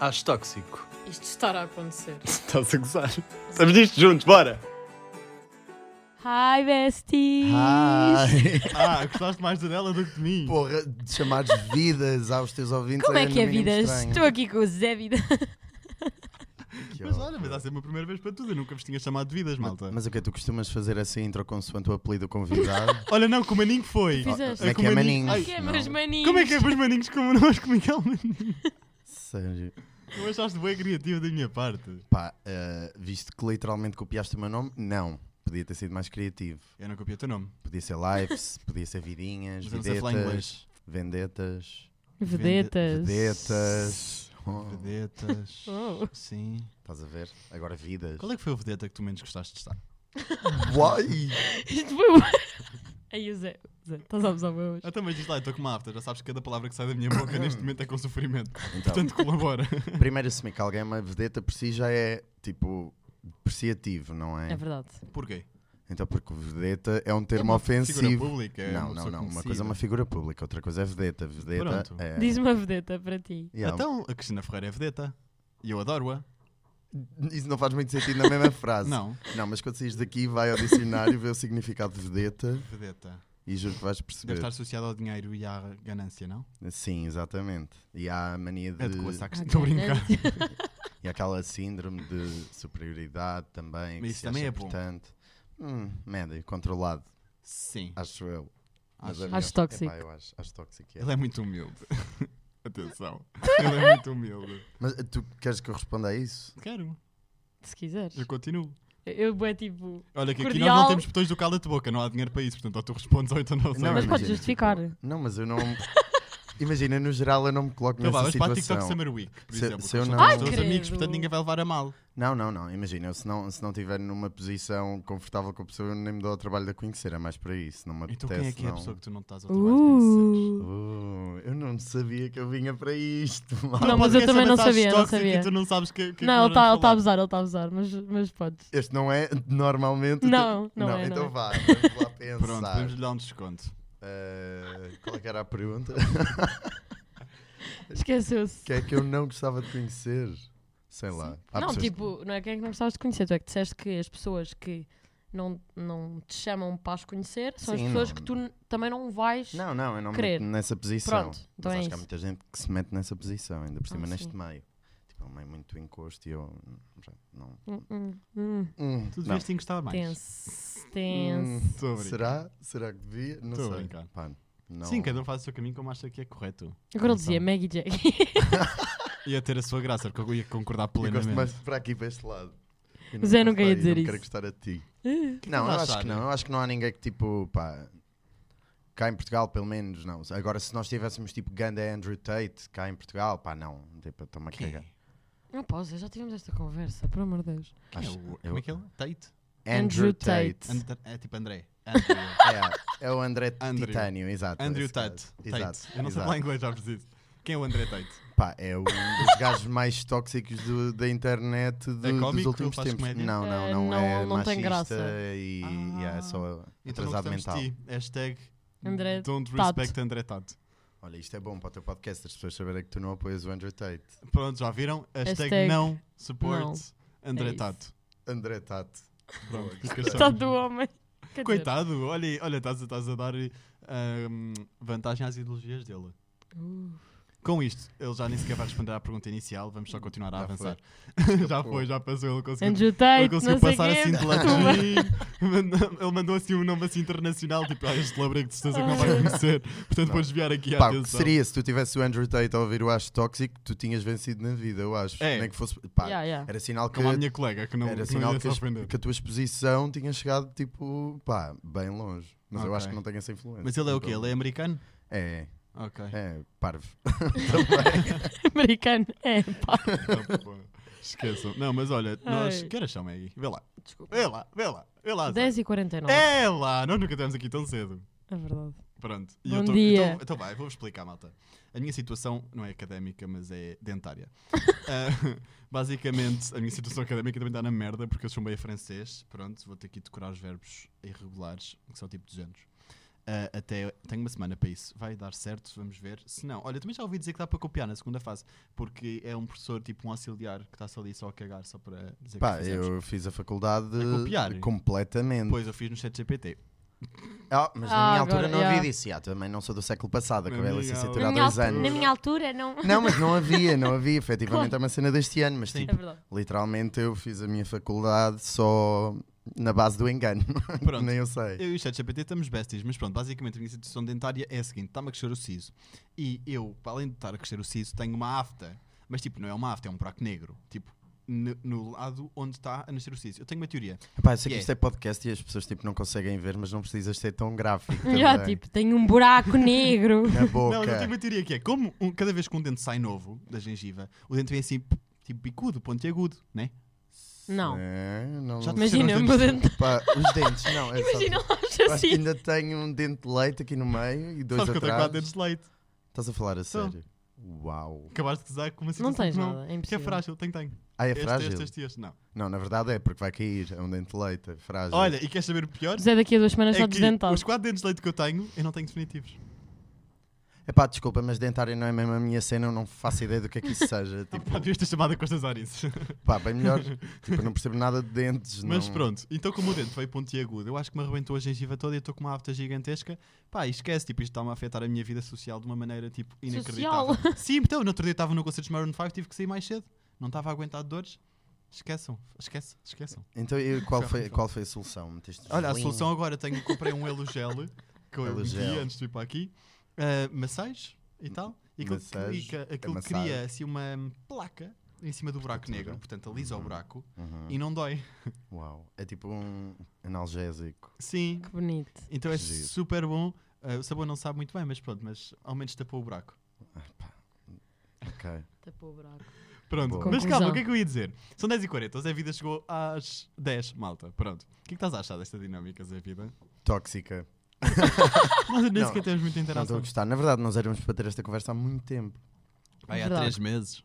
Acho tóxico. Isto estará a acontecer. Estás a gozar? Estamos nisto juntos, bora! Hi, besties! Ah, gostaste mais da dela do que de mim. Porra, de chamares vidas aos teus ouvintes. Como é que é, no mínimo vidas? estranho. Estou aqui com o Zé Vida. Que mas horror. olha, mas há sempre uma primeira vez para tudo. Eu nunca vos tinha chamado de vidas, malta. Mas o que é que tu costumas fazer essa intro consoante o apelido do convidado? Olha, não, que o Maninho foi. Fizeste. Como é que é com maninhos? Ai, Que é, Não. meus maninhos? Como é que é para os maninhos connosco, Miguel Maninho? Sério. Tu achaste bem criativo da minha parte. Pá, eh, visto que literalmente copiaste o meu nome, não. Podia ter sido mais criativo. Eu não copiei o teu nome. Podia ser lives, podia ser vidinhas, Mas eu não sei falar vedetas, inglês. vendetas, Vedetas. vedetas. Oh, Vedetas. Oh. Sim. estás a ver? Agora vidas. Qual é que foi o vedeta que tu menos gostaste de estar? Uai! Isto foi uma... Aí o Zé. Zé, estás a abusar meu hoje. Ah, também diz lá, eu estou com uma afta. Já sabes que cada palavra que sai da minha boca neste momento é com sofrimento. Hum. Então, Portanto, colabora. primeiro assumir que alguém é uma vedeta por si já é tipo depreciativo, não É verdade. Porquê? Então, porque vedeta é um termo Figura ofensivo. pública. é não, uma não, pessoa não. Uma coisa conhecida. é uma figura pública, outra coisa é vedeta. Vedeta Pronto. é. Diz uma vedeta para ti. Yeah. Então, a Cristina Ferreira é vedeta. E eu adoro-a. Isso não faz muito sentido na mesma frase. Não. Não, mas quando saís daqui, vai ao dicionário, vê o significado de vedeta Vedeta. e juro que vais Deve perceber. estar associado ao dinheiro e à ganância, não? Sim, exatamente. E há a mania de. É de coisa, estou a brincar. E aquela síndrome de superioridade Mas também. que isso se também acha é bom. importante. Hum, médio, controlado, Sim. acho eu. Ah, Mas Acho- é Acho melhor. tóxico. Epá, eu acho, acho tóxico. é. Ele é muito humilde. Atenção. Ele é muito humilde. Mas eh, tu queres que eu responda a isso? Quero. Se quiseres. Eu continuo. Eu, eu é tipo. Olha, que aqui Cordial. nós não temos botões do cala-te boca, não há dinheiro para isso, portanto, ou tu respondes ou então não sei. Não, mas imagina, podes tipo, justificar. Não, mas eu não. Imagina, no geral, eu não me coloco Então vá, nessa vamos para a TikTok situação. Summer Week, por Se- exemplo. se eu que não- são Ai, os teus credo. amigos, portanto ninguém vai levar a mal. Não, não, não. Imagina, eu se não estiver se não tiver numa posição confortável com a pessoa, eu nem me dou ao trabalho de a conhecer. É mais para isso. Não me apetece. Então quem é que é a não. pessoa que tu não estás ao trabalho Uh. Uh, eu não sabia que eu vinha para isto. mal. Não, mas eu também não sabia, não sabia. Tu não sabes que, que Não, ele está ignorante tá a falar. abusar, ele está a abusar, mas, mas podes. Este não é normalmente. o Não, teu- não, é. Então não é. vá, vamos lá pensar. Pronto, podemos lhe dar um desconto. Eh, qual é que era a pergunta? Esqueceu-se. Quem é que eu não gostava de conhecer? Sei lá. Há Não, pessoas que- tipo, não é quem é que não gostavas de conhecer, tu é que disseste que as pessoas que não, não te chamam para as conhecer são as Sim, pessoas não. que tu n- também não vais. Não, não, eu não me Querer. meto nessa posição. Pronto, mas então é acho que isso. há muita gente que se mete nessa posição, ainda por cima Ah, neste sim. meio. Tipo, é um meio muito encosto e eu. já Não. Hum, hum, hum. Hum, Tu não. devias te encostar mais. Tense, tense. Hum, Estou a brincar. Será? Será que devia? Não Tô a sei. brincar. Pá, não. Sim, cada um faz o seu caminho como acha que é correto. Agora Então. ele dizia Maggie Jack. Ia ter a sua graça, porque eu ia concordar Eu gosto plenamente. mais de para aqui, para este lado. Eu Zé gosto nunca ia daí, dizer não Quero isso. gostar a ti. Não, tu eu achas, acho que não. Ana? Eu acho que não há ninguém que, tipo, pá. Cá em Portugal, pelo menos, não. Agora, se nós tivéssemos, tipo, Ganda Andrew Tate cá em Portugal, pá, não. Tipo, eu estou-me a Quem é? cagar. Não posso, já tivemos esta conversa, por amor de Deus. Quem é Acho- o- eu- Como é que é ele? Tate? Andrew Andrew Tate. Tate. And- é tipo André. Andrew. É, é o André Andrew. Titânio, exato. Andrew esse Tate. gajo. Tate. Exato. Eu não sei exato. falar inglês, já preciso. Quem é o André Tate? Pá, é um dos gajos mais tóxicos do- da internet do- dos É cómico? últimos Faz tempos. comédia? Não, Eh, não, não, é não- não tem graça. machista Ah. E, e é só Então não atrasado gostamos mental. de ti. Hashtag André Don't Tate. respect André Tate. Olha, isto é bom para o teu podcast, as pessoas saberem que tu não apoias o Andrew Tate. Pronto, já viram? Hashtag, Hashtag não support não. É André isso. Tá Tate. André Tate. Pronto, Boa, fica Está só. do homem. Quer dizer, Coitado, olha, aí, olha estás, a- estás a dar ahm, vantagem às ideologias dele. uh, Com isto, ele já nem sequer vai responder à pergunta inicial, vamos só continuar a Já avançar. já Escapou. foi, já passou, ele conseguiu Andrew Ele Tate, não conseguiu sei passar assim de quê. ladinho. Ele mandou assim um nome assim internacional, tipo, ah, este lobre de certeza que não vai Ai. conhecer. Portanto, vou desviar aqui a Pá, o que atenção. seria se tu tivesse o Andrew Tate a ouvir o Acho Tóxico, tu tinhas vencido na vida, eu acho. É. Nem que fosse. Pá, Yeah, yeah. era sinal que. Como a minha colega, que não, Era que não sinal ia que, se as- ofender. que a tua exposição tinha chegado, tipo, pá, bem longe. Mas eu Ok. acho que não tenho essa influência. Mas ele é o quê? Então, Ele é americano? É, Ok. é, parvo. Americano. É, pá. Então, pô, Esqueçam. Não, mas olha, nós. Ai. Que horas são, Maggie? Vê lá. Desculpa. Vê lá, vê lá. Vê lá. Zé. 10h49. É, É lá! Nós nunca estivemos aqui tão cedo. verdade. Pronto. Bom tô- dia. Então, então vai, vou-vos explicar, malta. A minha situação não é académica, mas é dentária. Ah, basicamente, a minha situação académica também está na merda, porque eu sou meio francês. Pronto, vou ter que decorar os verbos irregulares, que são tipo 200. Ah, até tenho uma semana para isso. Vai dar certo, vamos ver. Se não, olha, também já ouvi dizer que dá para copiar na segunda fase, porque é um professor, tipo um auxiliar, que está-se ali só a cagar, só para dizer Pá, que É, fizemos. É eu fiz a faculdade A copiar. completamente. Depois eu fiz no chat GPT. Ah, mas na Ah, minha altura agora, não yeah. havia disso. Ah, também não sou do século passado, Na acabei a minha licenciatura altura. há na, minha dois altura, anos. na minha altura, não. Não, mas não havia, não havia. Efetivamente Claro. é uma cena deste ano, mas Sim. É tipo, verdade. literalmente eu fiz a minha faculdade só na base do engano. Pronto. Nem eu sei. Eu e o ChatGPT estamos besties, mas pronto, basicamente a minha situação dentária é a seguinte: está-me a crescer o siso. E eu, para além de estar a crescer o siso, tenho uma afta. Mas tipo, não é uma afta, é um buraco negro. Tipo, no, no lado onde está a nascer o siso. Eu tenho uma teoria. Epá, eu sei Yeah. que isto é podcast e as pessoas tipo, não conseguem ver, mas não precisas ser tão gráfico. Já, também. tipo, tenho um buraco negro. Na Não, mas eu boca. tenho uma teoria que é: como um- cada vez que um dente sai novo da gengiva, o dente vem assim, p- tipo bicudo, pontiagudo, né? Não. É, não- Já te- Imagina, Serão o meu dentes- dente. Pá, os dentes, não. É só- Imagina lá Eu acho que assim. ainda tenho um dente de leite aqui no meio e dois Sabes que eu tenho atrás. quatro dentes de leite. Estás a falar a sério? Uau. Acabaste de gozar com uma Não situação tens que nada, é Que é impossível. frágil, tenho, tenho. Ah, é este, frágil? Este, este, este, não. Não, na verdade é, porque vai cair. É um dente de leite, é frágil. Olha, e queres saber o pior? Zé, daqui a duas semanas É está que desdentado. os quatro dentes de leite que eu tenho, eu não tenho definitivos. Epá, desculpa, mas dentário não é mesmo a minha cena, eu não faço ideia do que é que isso seja. tipo, Ah, Pá, devias ter chamado a Costas Arenses. pá, bem melhor. Tipo, eu não percebo nada de dentes. Mas não... pronto, então como o dente foi pontiagudo, eu acho que me arrebentou a gengiva toda e eu estou com uma afta gigantesca. Pá, e esquece, tipo, isto está-me a afetar a minha vida social de uma maneira, tipo, inacreditável. Sim, então, no outro dia estava no concerto de Maroon 5, tive que sair mais cedo. Não estava a aguentar de dores. Esqueçam, esquece, esqueçam. Então, e qual, Ferro, foi, ferro. qual foi a solução? Meteste Olha, a gelinho? solução agora, tenho, comprei um Elogel, que eu meti Elogel. antes de ir para aqui. ah, maçãs e tal. E aquilo, que- Maçãs, e que- aquilo amassar. cria, assim, uma placa em cima do buraco Estrutura. negro. Portanto, alisa o buraco Uhum. e não dói. Uau. É tipo um analgésico. Sim, Que bonito. Então é Giro. super bom. Ah, o sabor não sabe muito bem, mas pronto, mas ao menos tapou o buraco. Ok. Tapou o buraco. Pronto, Boa. mas Conclusão. calma, o que é que eu ia dizer? São 10h40, o Zé Vida chegou às 10, malta. Pronto. O que é que estás a achar desta dinâmica, Zé Vida? Tóxica. Nós nem Não, sequer temos muita Não estou interação. a gostar. Na verdade, nós éramos para ter esta conversa há muito tempo. Vai É, há Verdade. 3 meses.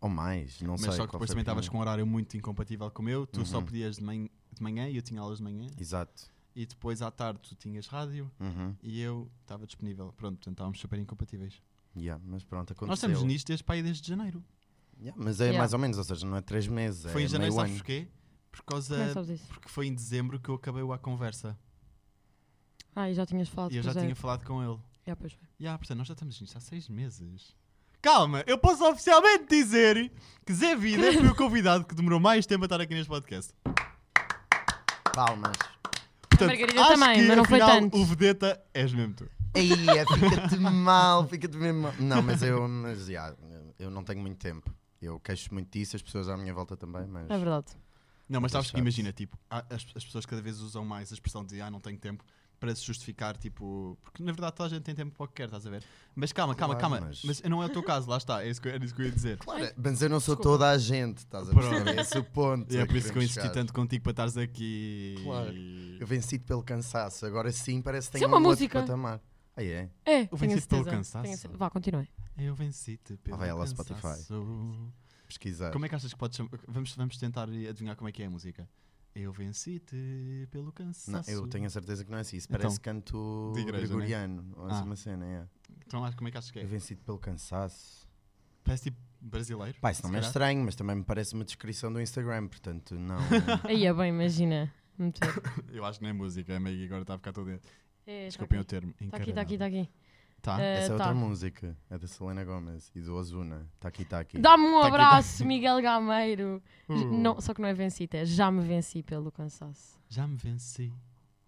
Ou mais, não sei. mas só que qual depois foi também a estavas com um horário muito incompatível com o meu. Tu só Uhum. podias de, man- de manhã e eu tinha aulas de manhã. primeira. Exato. E depois à tarde tu tinhas rádio Uhum. e eu estava disponível. Pronto, portanto estávamos super incompatíveis. Yeah, mas pronto, aconteceu. Nós estamos nisto desde para aí desde janeiro. Yeah, mas é Yeah. mais ou menos, ou seja, não é três meses. Foi é em janeiro, meio sabes ano. porquê? Por Como é causa que sabes isso? Porque foi em dezembro que eu acabei o A Conversa. Ah, e já tinhas falado e eu com já o Zé. tinha falado com ele. Já, pois é. foi. E ah, portanto, nós já estamos nisto há seis meses. Calma, eu posso oficialmente dizer que Zé Vida foi o convidado que demorou mais tempo a estar aqui neste podcast. Palmas. A Margarida também, mas não foi afinal, tanto. o Vedeta és mesmo tu. Aí, é, fica-te mal, fica-te mesmo mal. Não, mas eu, mas, yeah, eu não tenho muito tempo. Eu queixo muito disso, as pessoas à minha volta também, mas. É verdade. Não, mas Tá sabes que chato. imagina, tipo, há- as, as pessoas cada vez usam mais a expressão de ah, não tenho tempo para se justificar, tipo, porque na verdade toda a gente tem tempo para o que quer, estás a ver? Mas calma, calma, Claro, calma. mas- Mas... não é o teu caso, lá está, é isso que, eu- era isso que eu ia dizer. Claro, mas eu não sou Desculpa. toda a gente, estás a Pronto. perceber? Esse é o ponto. E é a por isso que eu queremos insisti chegar. tanto contigo para estares aqui. Claro. Eu vencido pelo cansaço, agora sim parece que Isso tenho é uma um outro música. patamar. Aí é. É, O tenho vencido pelo certeza. cansaço. Tenho certeza. Vá, continue. Eu venci-te pelo Ah, vai lá, cansaço. Spotify. Pesquisar. Como é que achas que podes chamar? Vamos, vamos tentar adivinhar como é que é a música. Eu venci-te pelo Não, cansaço. eu tenho a certeza que não é assim. Isso Então. parece canto De igreja, gregoriano. Ou Ah. assim uma cena, é. Então acho como é que achas que é? Eu vencido pelo cansaço. Parece tipo brasileiro. Pá, isso não se me é calhar. estranho, mas também me parece uma descrição do Instagram, portanto, não. Ah. Aí é bem, imagina. Muito Eu acho que não é música, a Maggie agora está a ficar toda. é, Desculpem o Está termo. aqui, está aqui, está aqui. Tá. Eh, Essa é outra tá. música, é da Selena Gomez e do Ozuna. Tá aqui, tá aqui. Dá-me um Tá aqui, tá abraço, Miguel Gameiro. Uh. Não, só que não é vencido, é já me venci pelo cansaço. Já me venci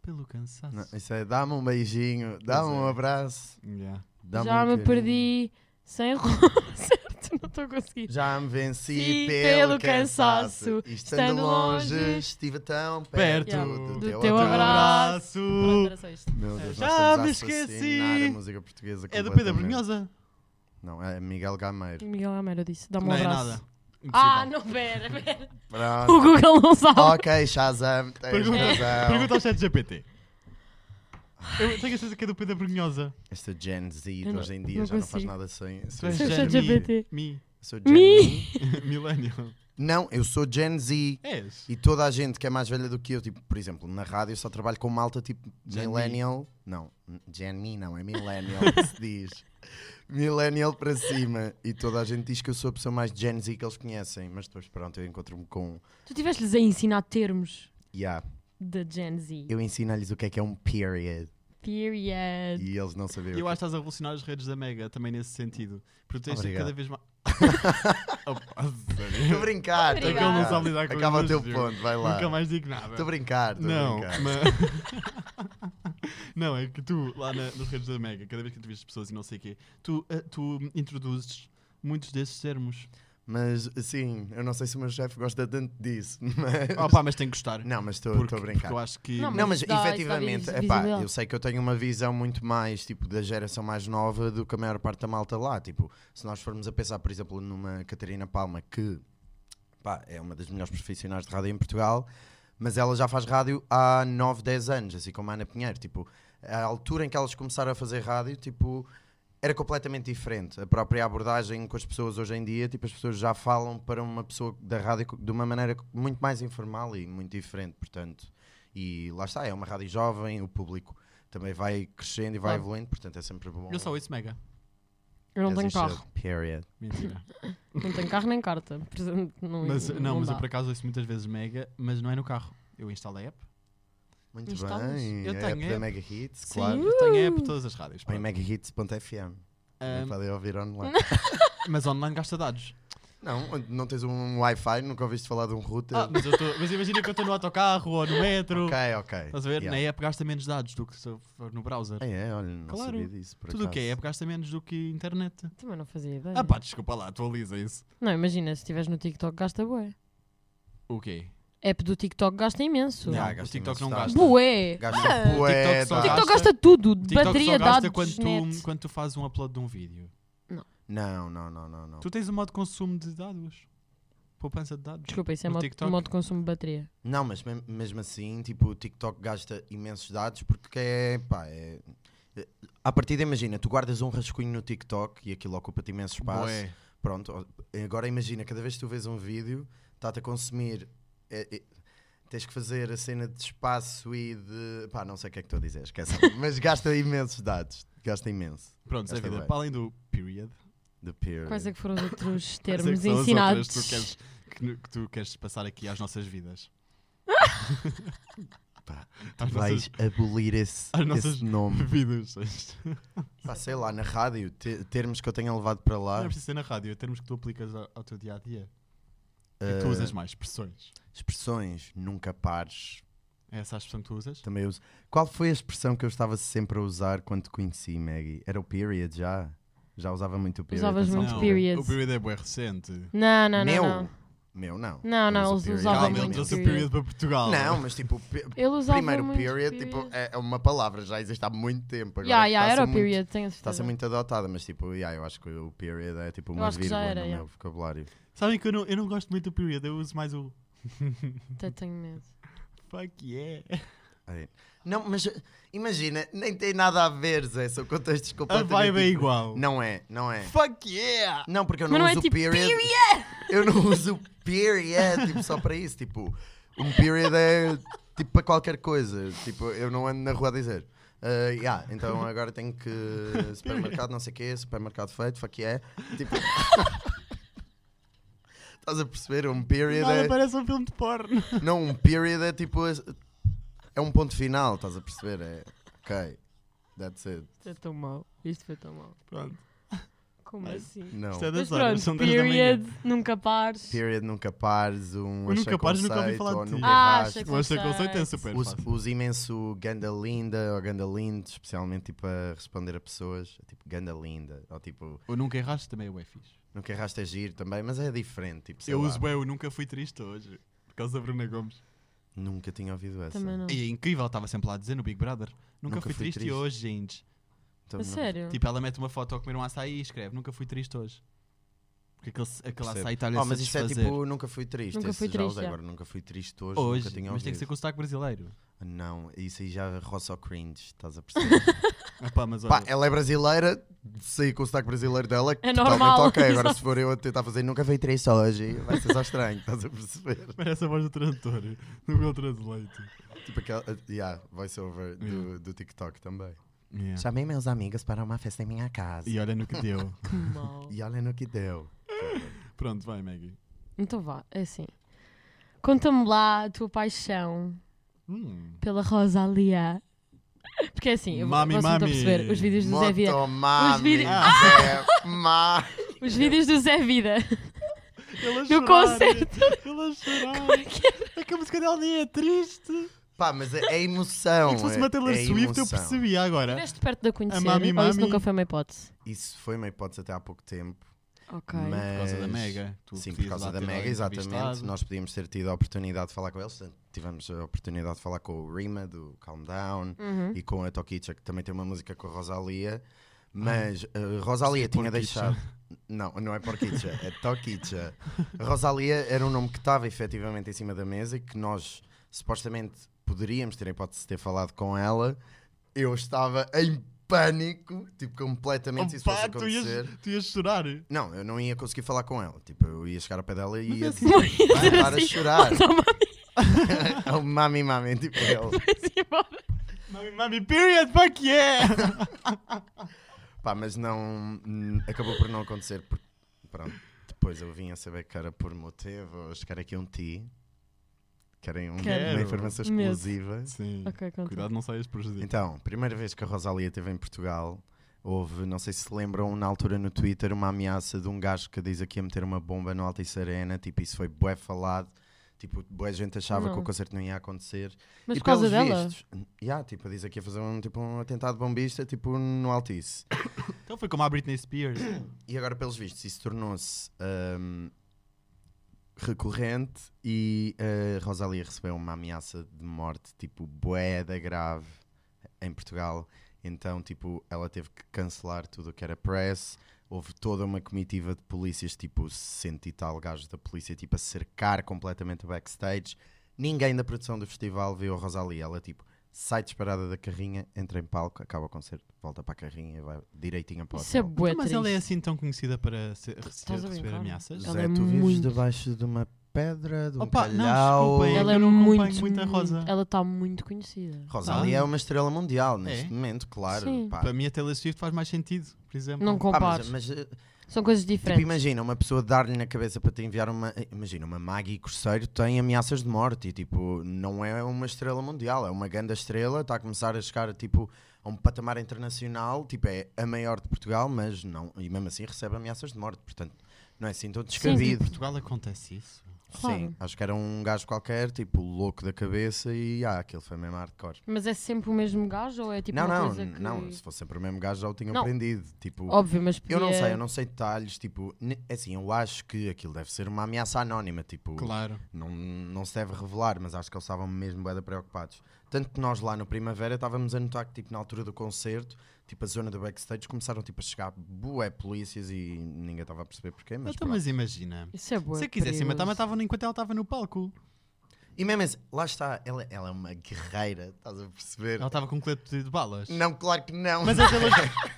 pelo cansaço. Não, isso é dá-me um beijinho, dá-me Pois um é. abraço, Yeah. dá-me já um me carinho. perdi sem rumo certo, não estou a conseguir. Já me venci Sim, pelo pelo, cansaço. cansaço. E estando, Estando longe, longe, estive tão Perto perto, do do, teu teu, abraço. abraço. Pronto, um Abraço! era só isto. Meu Deus, Já nós estamos me a esqueci. assassinar a música É portuguesa do Pedro completamente. Brunhosa. Não, é Miguel Gameiro. Miguel Gameiro disse, dá-me um Não é abraço. nada. Ah, Impossível. não, pera, pera. Pronto. O Google não sabe. Ok, Shazam, tens Pergunta- É, razão. Pergunta ao chat GPT. Eu tenho a certeza que é do Pedro Brunhosa. Esta Gen Z de Eu não- hoje em dia não já não faz consigo. nada sem. Tu és Sou sem- Gen- ChatGPT. Mi. Sou Mi. Gen Z. Mi. Millennial. É Não, eu sou Gen Z. És. E toda a gente que é mais velha do que eu, tipo, por exemplo, na rádio eu só trabalho com malta tipo Gen millennial. Não, Gen Me não, é millennial que se diz. Millennial para cima. E toda a gente diz que eu sou a pessoa mais Gen Z que eles conhecem. Mas depois, pronto, eu encontro-me com. Tu tiveste-lhes a ensinar termos Yeah, da Gen Z. eu ensino-lhes o que é que é um period. Period. E eles não sabiam. Eu o é acho que estás a revolucionar as redes da Mega também nesse sentido. Porque tens de Obrigado. cada vez Oh, mais. Opa, a que... Estou a Obrigada. sério. brincar. estou a brincar. Aquele não sabe lidar com Acaba o os teu meus, ponto, vai lá. Nunca mais digo nada. Estou a brincar. Estou a Não, brincar. mas- não, é que tu, lá na- nas redes da Mega, cada vez que entrevistas pessoas e não sei o quê, tu, eh, tu introduzes muitos desses termos. Mas sim, eu não sei se o meu chefe gosta tanto disso, mas. Opa, Ah, mas tem que gostar. Não, mas estou Oh, porque, estou a brincar. porque eu acho que. Não, Não, mas Isso dá- isso dá efetivamente, é vis- epá, visibilidade. eu sei que eu tenho uma visão muito mais tipo da geração mais nova do que a maior parte da malta lá. Tipo, se nós formos a pensar, por exemplo, numa Catarina Palma, que pá, é uma das melhores profissionais de rádio em Portugal, mas ela já faz rádio há 9, 10 anos, assim como a Ana Pinheiro. Tipo, a altura em que elas começaram a fazer rádio, tipo, era completamente diferente. A própria abordagem com as pessoas hoje em dia, tipo, as pessoas já falam para uma pessoa da rádio co- de uma maneira co- muito mais informal e muito diferente, portanto. E lá está, é uma rádio jovem, o público também vai crescendo e vai Claro. evoluindo, portanto é sempre bom. Eu só ouço Mega. Eu não tenho existe- carro. Period. Mentira. Não tenho carro nem carta. Portanto, não, mas, não, mas eu dá. por acaso ouço muitas vezes Mega, mas não é no carro. Eu instalo a app. Muito Instalas? bem. Eu a tenho app da app. Mega Hits, Sim, claro. eu tenho a app de todas as rádios. Ou em pronto. megahits.fm. Ahm, Podem ouvir online. mas online gasta dados. Não, onde não tens um Wi-Fi, nunca ouviste falar de um router. Ah, mas, eu tô- mas imagina que eu estou no autocarro ou no metro. ok, ok. Estás a ver? Yeah. Na app gasta menos dados do que se eu for no browser. Ah, é, olha, não Claro. sabia disso. Por Tudo o que é acaso. app gasta menos do que internet. Também não fazia ideia. Ah pá, desculpa lá, atualiza isso. Não, imagina, se estiveres no TikTok, gasta bué. O quê? App do TikTok gasta imenso. Não, o gasta TikTok não imenso gasta. Bué! Gasta Ah. bué É TikTok só dados. TikTok gasta- gasta tudo, O TikTok bateria, só gasta dados, quando, net. tu, quando tu fazes um upload de um vídeo. Não, não, não, não. não. Tu tens um modo de consumo de dados. Poupança de dados. Desculpa, isso é No modo, TikTok? modo de consumo de bateria. Não, mas mem- mesmo assim, tipo, o TikTok gasta imensos dados porque é, pá, é... é- À partida, imagina, tu guardas um rascunho no TikTok e aquilo ocupa-te imenso espaço. Bué. Pronto, ó, agora imagina, cada vez que tu vês um vídeo, está-te a consumir... é- é- tens que fazer a cena de espaço e de... Pá, não sei o que é que estou a dizer, esquece. mas gasta imensos dados. Gasta imenso. Pronto, é Gasta vida. bué. Para além do period. The peer. Quais é que foram os outros sei termos que são as ensinados? outras que tu queres- que nu- que tu queres passar aqui às nossas vidas. Pá, às Vais nossas abolir esse, As nossas- esse nome. vidas. Pá, sei lá, na rádio, te- termos que eu tenha levado para lá. Não é preciso ser na rádio, termos que tu aplicas ao, ao teu dia a dia. O que Eh, é que tu usas mais? Expressões. Expressões, nunca pares. É essa a expressão que tu usas? Também uso. Qual foi a expressão que eu estava sempre a usar quando te conheci, Maggie? Era o period já? Já usava muito o period. Usavas nessa muito altura? Não, period. O period é bué recente. Não, não, Meu? não, não. Meu não. Não, não, Eu uso eles period. usavam Calma, ele muito trouxe o period. period para Portugal. Não, mas tipo, pe- Ele usava primeiro muito period, period. tipo, é é uma palavra, já existe há muito tempo. Agora Yeah, é que yeah, está-se era o muito- period, tenho a Está a ser certeza. muito adotada, mas tipo, yeah, eu acho que o period é tipo Eu uma acho que já vírgula era, no yeah. meu vocabulário. Sabem que eu não, eu não gosto muito do period, eu uso mais o Até tenho medo. fuck yeah. Não, mas imagina, nem tem nada a ver, Zé, são contextos A completamente vibe é diferentes. igual. Não é, não é. Fuck yeah! Não, porque eu não, Mas não é uso tipo period. Eu não uso period, tipo, só para isso. Tipo, um period é tipo para qualquer coisa. Tipo, eu não ando na rua a dizer. "Ah, yeah, então agora tenho que. Supermercado, não sei o quê, supermercado feito, fuck yeah. Tipo. Estás a perceber? Um period Nada é. parece um filme de porno. Não, um period é tipo. es- É um ponto final, estás a perceber? É. Ok. That's it. Isto é tão mau. Isto foi tão mau. Pronto. Como Ai, assim? Não. Isto é das Mas pronto, horas, são 10 da manhã. period, nunca pares. Period, nunca pares, um. O achei nunca pares, nunca ouvi conceito, falar de ou ti. nunca Ah, erraste. achei Eu acho que o conceito é Conceito. super Uso, fácil. uso imenso ganda linda ou ganda lindo, especialmente tipo a responder a pessoas, tipo ganda linda, ou tipo, O nunca erraste também é bué fixe. nunca erraste a giro também, mas é diferente, tipo, sei Eu lá, uso bué o nunca fui triste hoje. Por causa da Bruna Gomes. nunca tinha ouvido essa. Também não. E é incrível, ela estava sempre lá a dizer no Big Brother. Nunca, fui, triste, hoje, gente. Então, a não- sério? Tipo, ela mete uma foto a comer um açaí e escreve: Nunca fui triste hoje. Porque aquele, aquele percebo. açaí está-lhe Oh, a mas isso é satisfazer. tipo, nunca fui triste, Nunca esse fui já triste, usei, já. agora nunca fui triste hoje, hoje, nunca tinha mas tem que ouvido. ser com o sotaque brasileiro. Não, isso aí já roça ao cringe, estás a perceber? Epá, mas Pá, olha, ela é brasileira, saí com o sotaque brasileiro dela, É totalmente normal, ok. Agora exato. se for eu a tentar fazer, nunca veio três só hoje, vai ser só estranho, estás a perceber? parece a voz do tradutor, do Google Translate. Tipo aquela, uh, yeah, voiceover do, do TikTok também. Yeah. Chamei meus amigos para uma festa em minha casa. E olha no que deu. Que mal. E olha no que deu. Pronto, vai, Maggie. Então vá, é assim. Conta-me lá a tua paixão Hum. pela Rosalia. Porque é assim, eu Mami, mami, vocês não estão a mami. perceber. Os vídeos do Zé Vida. Motomami, Os vídeos- Ah! Zé Ma- Os vídeos do Zé Vida. Ele a No concerto. Ele a chorar. é que a música dela nem é triste. Pá, mas é, é É emoção. que se fosse uma Taylor é Swift eu emoção. percebia agora. Estiveste perto de a conhecer. mami, ou isso mami. nunca foi uma hipótese. Isso foi uma hipótese até há pouco tempo. Ok. Mas... Por causa da Mega. Tu Sim, por podias causa lá da ter Mega, exatamente. entrevistado. Nós podíamos ter tido a oportunidade de falar com eles. Tivemos a oportunidade de falar com o Rima, do Calm Down, Uhum. e com a Tokicha, que também tem uma música com a Rosalia. Ah. Mas é a Rosalia tinha Porquicha. deixado. Não, não é Porquicha, é Tokicha. Rosalia era um nome que estava efetivamente em cima da mesa e que nós supostamente poderíamos ter a hipótese de ter falado com ela. Eu estava em pânico, tipo, completamente. se isso fosse Opa, Oh, tu acontecer. ias, tu ias chorar. Não, eu não ia conseguir falar com ela. Tipo, eu ia chegar ao pé dela e ia assim, estar a assim, chorar. Então, mami, É o mami mami, tipo ele. vais embora. Mami, mami, period, fuck yeah! Pá, mas não. hum, Acabou por não acontecer. Porque, pronto, depois eu vim a saber que era por motivos. Quero aqui um ti. Querem um, Quero. uma informação Mesmo. exclusiva. Sim. Ok, conta. Cuidado, não saias prejudicado. Então, primeira vez que a Rosalia esteve em Portugal, houve, não sei se se lembram, na altura no Twitter, uma ameaça de um gajo que diz que ia meter uma bomba no Alta e Serena. Tipo, isso foi bué falado. Tipo, boa gente achava que Não. o concerto não ia acontecer. Mas e por causa pelos dela? Vistos, yeah, tipo, diz aqui ia fazer um, tipo, um atentado bombista, tipo, no Altice. Então foi como a Britney Spears. E agora, pelos vistos, isso tornou-se ahm, recorrente e a Rosalia recebeu uma ameaça de morte, tipo, boeda grave em Portugal. Então, tipo, ela teve que cancelar tudo o que era press. Houve toda uma comitiva de polícias, tipo, 60 e tal gajos da polícia, tipo, a cercar completamente a backstage. Ninguém da produção do festival viu a Rosalia. Ela, tipo, sai disparada da carrinha, entra em palco, acaba o concerto, volta para a carrinha e vai direitinho para o Isso é hotel. bué Mas ela é triste. assim tão conhecida para ser- a receber, receber brincar? ameaças? Ela Zé, é tu vives muito- debaixo de uma pedra, de um Opa, não, calhau. Ela desculpa, assim, Eu é não acompanho muito, muito a Rosa. muito- Ela está muito conhecida. Rosalie Ah. é uma estrela mundial neste É? momento, claro. Sim. pá. Para mim a Taylor Swift faz mais sentido, por exemplo. Não Pá, comparo. Ah, mas, mas, eh, São coisas tipo, diferentes. imagina, uma pessoa dar-lhe na cabeça para te enviar uma. eh, Imagina, uma Maggie Corseiro tem ameaças de morte e, tipo, não é uma estrela mundial, é uma grande estrela, está a começar a chegar, tipo, a um patamar internacional, tipo, é a maior de Portugal, mas não. E mesmo assim recebe ameaças de morte, portanto, não é assim tão Em tipo, descabido. Portugal acontece isso. Claro. Sim, acho que era um gajo qualquer, tipo, louco da cabeça e ah, aquele foi mesmo hardcore. Mas é sempre o mesmo gajo ou é tipo não, uma não, coisa que... não, se fosse sempre o mesmo gajo já o tinham Não. prendido. Tipo, Óbvio, mas podia... eu não sei, eu não sei detalhes, tipo, ne- assim, eu acho que aquilo deve ser uma ameaça anónima, tipo, Claro. não, não se deve revelar, mas acho que eles estavam mesmo bem preocupados. Tanto que nós lá no Primavera estávamos a notar que, tipo, na altura do concerto, tipo, a zona do backstage começaram, tipo, a chegar bué polícias e ninguém estava a perceber porquê, mas Mas, pronto. Então, mas imagina. Isso é boa. Se a quisessem matar, matavam enquanto ela estava no palco. E mesmo assim, lá está, ela, ela é uma guerreira, estás a perceber? Ela estava com um colete de balas. Não, claro que não. é Mas a Taylor...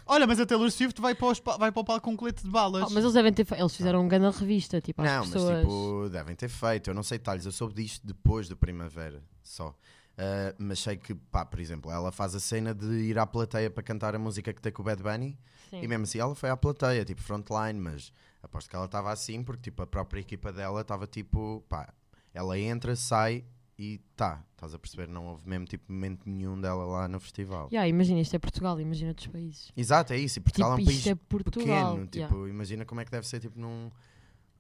Olha, mas a Taylor Swift vai para, os pa- vai para o palco com um colete de balas. Ah, Oh, mas eles devem ter... fe- Eles fizeram um grande revista, tipo, às não, pessoas. mas tipo, devem ter feito. Eu não sei detalhes, eu soube disto depois do Primavera, só. Ah, mas sei que, pá, por exemplo, ela faz a cena de ir à plateia para cantar a música que tem com o Bad Bunny Sim. e mesmo assim ela foi à plateia, tipo frontline, mas aposto que ela estava assim porque tipo a própria equipa dela estava tipo, pá, ela entra, sai e tá, estás a perceber? Não houve mesmo tipo momento nenhum dela lá no festival. Yeah, imagina, isto é Portugal, imagina outros países. Exato, é isso. E Portugal é um tipo, país isto é Portugal. pequeno. Tipo, yeah. imagina como é que deve ser tipo num.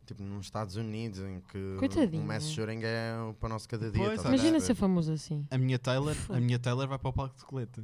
Tipo, nos Estados Unidos, em que Coitadinho. o Messi Choring é o pão nosso cada dia. tá Pois, estás a Imagina ser perceber? famoso assim. A minha Taylor, a minha Taylor vai para o palco de colete.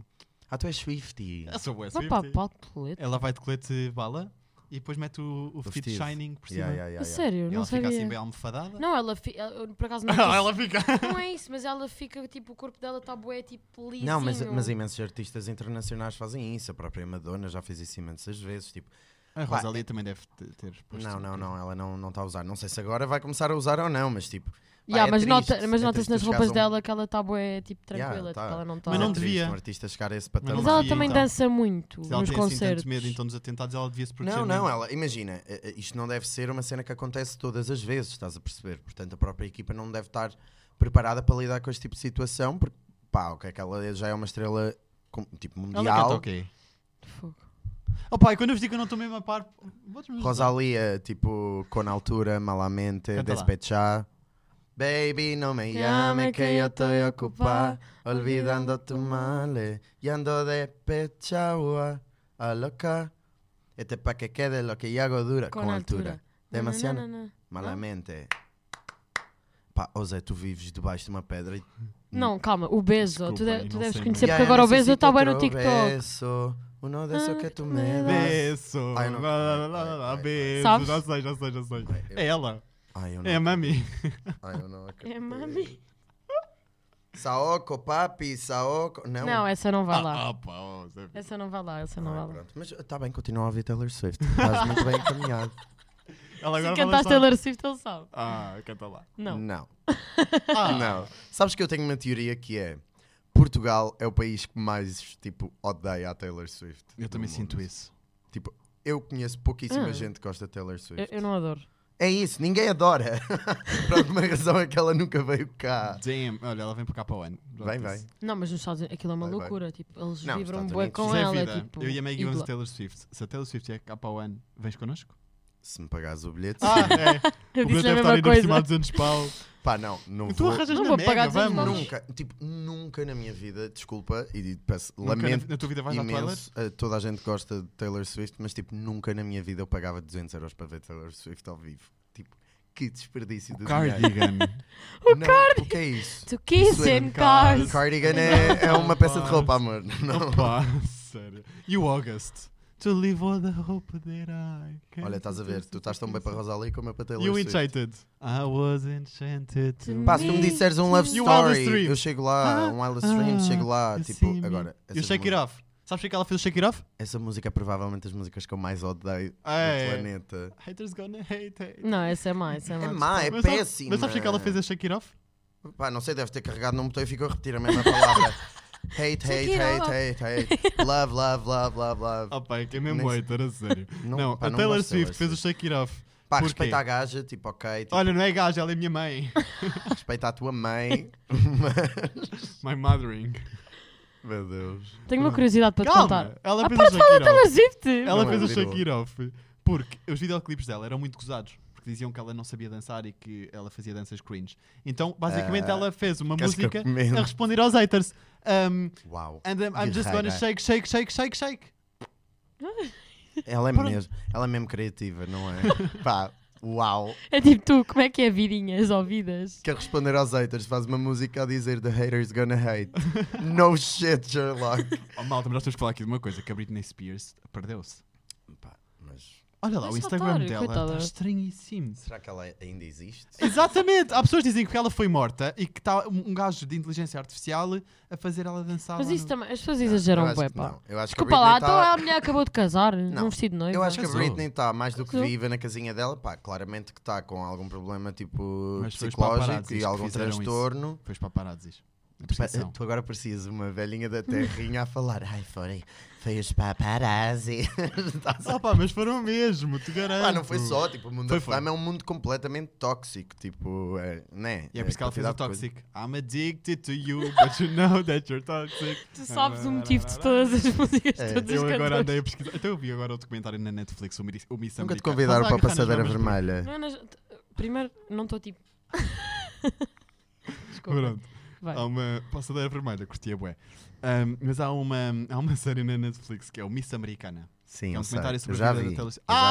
Ah, tu és Swifty. Eu sou bué Vá Swiftie. pá, palco de colete. Ela vai de colete de bala e depois mete o, o vestido vestido. shining por cima. Yeah, yeah, yeah, A yeah. sério, E não ela sabia. fica assim bem almofadada. Não, ela fica... Por acaso não... é isso. fica. Não é isso, mas ela fica, tipo, o corpo dela está bué, tipo, lisinho. Não, mas, mas imensos artistas internacionais fazem isso. A própria Madonna já fez isso imensas vezes. Tipo, A Rosalia também deve te- ter. posto não, tá não, um- não, ela não está a usar. Não sei se agora vai começar a usar ou não, mas tipo, Yeah, é mas triste, nota- mas é nota-se triste nas tu roupas chegares a um- dela que ela está bué, tipo, tranquila, Yeah, tá. tipo, ela não está... Mas não É triste devia. um artista chegar a esse Mas patamar. Mas não ela devia, também então. dança muito Se ela nos tem assim concertos. tanto medo então dos atentados, ela devia se proteger. Não, não, mesmo. ela, imagina, eh, eh, isto não deve ser uma cena que acontece todas as vezes, estás a perceber? Portanto, a própria equipa não deve estar preparada para lidar com este tipo de situação, porque pá, ok, que ela já é uma estrela com- tipo Ela canta mundial. ok. Fogo. Oh pai, quando eu vos digo que eu não estou mesmo a par. vou-te-me ajudar. Rosalia, tipo, com altura, malamente, Canta lá. despechar. Baby, não me Llame llame que que yo eu estou estoy a ocupar, ocupado, olvidando tu male, y ando de pecha ua, a loca. Este pa' que quede lo que yo hago dura, com, altura. Demasiado. Não, não, não, não. Malamente. Pá, ou Zé, tu vives debaixo de uma pedra e. Não, calma, o Bezo, tu, Desculpa, de- eu tu não deves conhecer sei mesmo. porque Yeah, agora o eu Bezo necesito está bem no outro TikTok. Beso, uno de esos Ah, que tu que me me das. Beso. Ai, não- Lá, lá, lá, lá, lá, Vai, vai, vai. Beso. Sabes? Já sei, já sei, já sei. Vai, eu- É ela. Ai, eu não. É a mami. Ai, eu não É acredito. mami. Saoko, papi, Saoko. Não. Não, é essa não vai lá. Ah, pá, oh, Zé. Essa não vai lá, essa não Ai, vai lá. pronto. Mas está bem, continua a ouvir Taylor Swift. Estás muito bem encaminhado. Ela Se cantaste agora vai lançar- Taylor Swift, ele sabe. Ah, canta lá. Não. Não. Ah, Não. Sabes que eu tenho uma teoria que é: Portugal é o país que mais, tipo, odeia a Taylor Swift. Eu do também mundo. sinto isso. Tipo, eu conheço pouquíssima Ah. gente que gosta de Taylor Swift. Eu, eu não adoro. É isso, ninguém adora. Por alguma razão é que ela nunca veio cá. Damn. Olha, ela vem para cá para o ano. Já Vem, te vem. disse. Não, mas nos Estados Unidos aquilo é uma Vai, vai. loucura. Tipo, eles Não, vibram Estados bué Unidos. com Zé ela. é Vida, Tipo, eu e a Maggie vamos a ídola. Taylor Swift. Se a Taylor Swift é cá para o ano, vens connosco? Se me pagares o bilhete. Ah, é. Eu o bilhete disse a deve mesma estar ainda por cima a coisa. 200 pau. Pá, não, não Tu vou. arranjas Não na vou Mega, pagar 200 vamos. paus. Nunca, tipo, nunca na minha vida, desculpa, e peço, Nunca na- lamento Na tua vida vais à Taylor? imenso. uh, toda a gente gosta de Taylor Swift, mas tipo, nunca na minha vida eu pagava 200 euros para ver Taylor Swift ao vivo. Tipo, que desperdício de dinheiro. Cardigan. Oh, O não, O que é isso? To kiss Isso é in um cars. caso. Cardigan é, é uma peça de roupa, amor. Não. Opa, sério. E o August? To leave all the hope that I can- Olha, estás a ver, tu estás tão bem para Rosalie como é para Taylor E o Swift. Enchanted? I was enchanted to Pá, se tu me disseres um love E o Wildest story, Dream? eu chego lá, Ah, um Island Stream, ah, chego lá, you tipo, see me. agora. E o essas Shake It mu- Off? Sabes porque é que ela fez o Shake It Off? Essa música é provavelmente as músicas que eu mais odeio É. do planeta. Haters gonna hate it. Não, essa é má, essa é má. É má, é né? Mas sabe- péssima. Mas sabes porque é que ela fez a Shake It Off? Pá, não sei, deve ter carregado num botão e ficou a repetir a mesma palavra. hate, hate, it hate, off. hate, hate. Love, love, love, love, love. Ah pá, é que é mesmo Nem- hater, a sério. Não, Não, pá, a não Taylor gosto Tipo, de Swift Taylor fez o Shake It Off. Pá, Porquê? respeita a gaja, tipo, ok. Tipo, Olha, não é gaja, ela é minha mãe. Respeita a tua mãe. My mothering. Meu Deus. Tenho uma curiosidade para te Calma, contar. ela Ah, fez o podes falar da Shake It Taylor Off. Swift? Ela Não fez é o incrível. Shake It Off porque os videoclipes dela eram muito gozados. Porque diziam que ela não sabia dançar e que ela fazia danças cringe. Então, basicamente, Ah, ela fez uma queres que eu música comente? a responder aos haters. Um, Uau. and I'm, I'm just gonna Guerreira. shake, shake, shake, shake, shake. Ela é Pronto. mesmo, ela é mesmo criativa, não é? Pá, uau. É tipo tu, como é que é vidinhas ouvidas? Quer responder aos haters, faz uma música a dizer The haters gonna hate. No shit, Sherlock. Oh, malta, mas nós temos que falar aqui de uma coisa: que a Britney Spears perdeu-se. Pá, mas Olha lá, Mas o só Instagram otário, dela coitada. está estranhíssimo. será que ela ainda existe? Exatamente! Há pessoas que dizem que ela foi morta e que está um um gajo de inteligência artificial a fazer ela dançar. Mas lá isso no- também, as pessoas Eu exageram acho bué, que é, pá. não. Eu acho que a Desculpa lá, Britney então tá- a mulher acabou de casar num vestido de noiva. Eu acho que a Casou. Britney está mais do que Casou. viva na casinha dela. Pá, claramente que está com algum problema tipo Mas foi os psicológico paparazzis e que algum fizeram isso. transtorno. Foi os paparazzis. A Pá, perseguição. Tu agora precisas uma velhinha da terrinha a falar. Ai, foi, foi os paparazzi. Estás a- Ah pá, mas foram mesmo, te garanto. Pá, não foi só, tipo, o mundo Foi, da foi. fama é um mundo completamente tóxico, tipo, é, né? E é por isso que ela fez o quantidade de coisa- Toxic. I'm addicted to you, but you know that you're toxic. Tu sabes o motivo de todas as músicas É. de todos Eu os agora cantores. andei a pesquisar. Então eu vi agora o documentário na Netflix, o Miri- o Miss Nunca te Americana. convidaram para Estás a a agarrar nas passadeira mesmas coisas. vermelha. Não é nas- Primeiro, não estou tipo. Desculpa. Pronto, Vai. há uma passadeira vermelha, curtia bué. Ahm, mas há uma, há uma série na Netflix que é o Miss Americana. Sim, que é um eu sei. documentário Eu sobre já a vida vi. da Taylor Swift. eu já vi.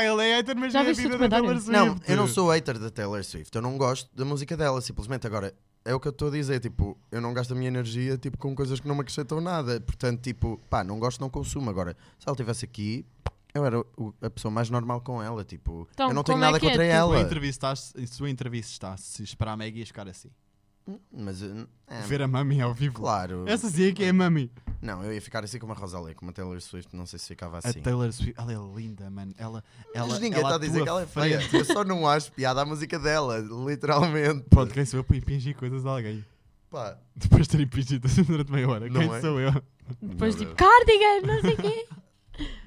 Ah, ele é hater, mas Já não é a viste o vida da Taylor documentário? Swift. Tipo, Não, eu não sou hater da Taylor Swift, eu não gosto da música dela, simplesmente. Agora, é o que eu estou a dizer, tipo, eu não gasto a minha energia tipo, com coisas que não me acrescentam nada. Portanto, tipo, pá, não gosto, não consumo. Agora, se ela estivesse aqui, eu era o- a pessoa mais normal com ela, tipo, Então, eu não tenho como é nada que é? contra Tu ela. Sua entrevista está- sua entrevista está-se para a Maggie a chegar assim. Mas. eh, é, Ver a Mami ao vivo. Claro. Essa sim é que é a Mami. Não, eu ia ficar assim com uma Rosalía, com uma Taylor Swift, não sei se ficava assim. A Taylor Swift, ela é linda, mano. Ela, ela, Mas ninguém ela está a atua dizer que ela é feia. frente. Eu só não acho piada à música dela, literalmente. Pronto, quem sou eu para impingir coisas a alguém? Pá, Depois de ter impingido assim durante meia hora. Não quem é? sou eu? Depois Meu tipo, cardigan, não sei o quê.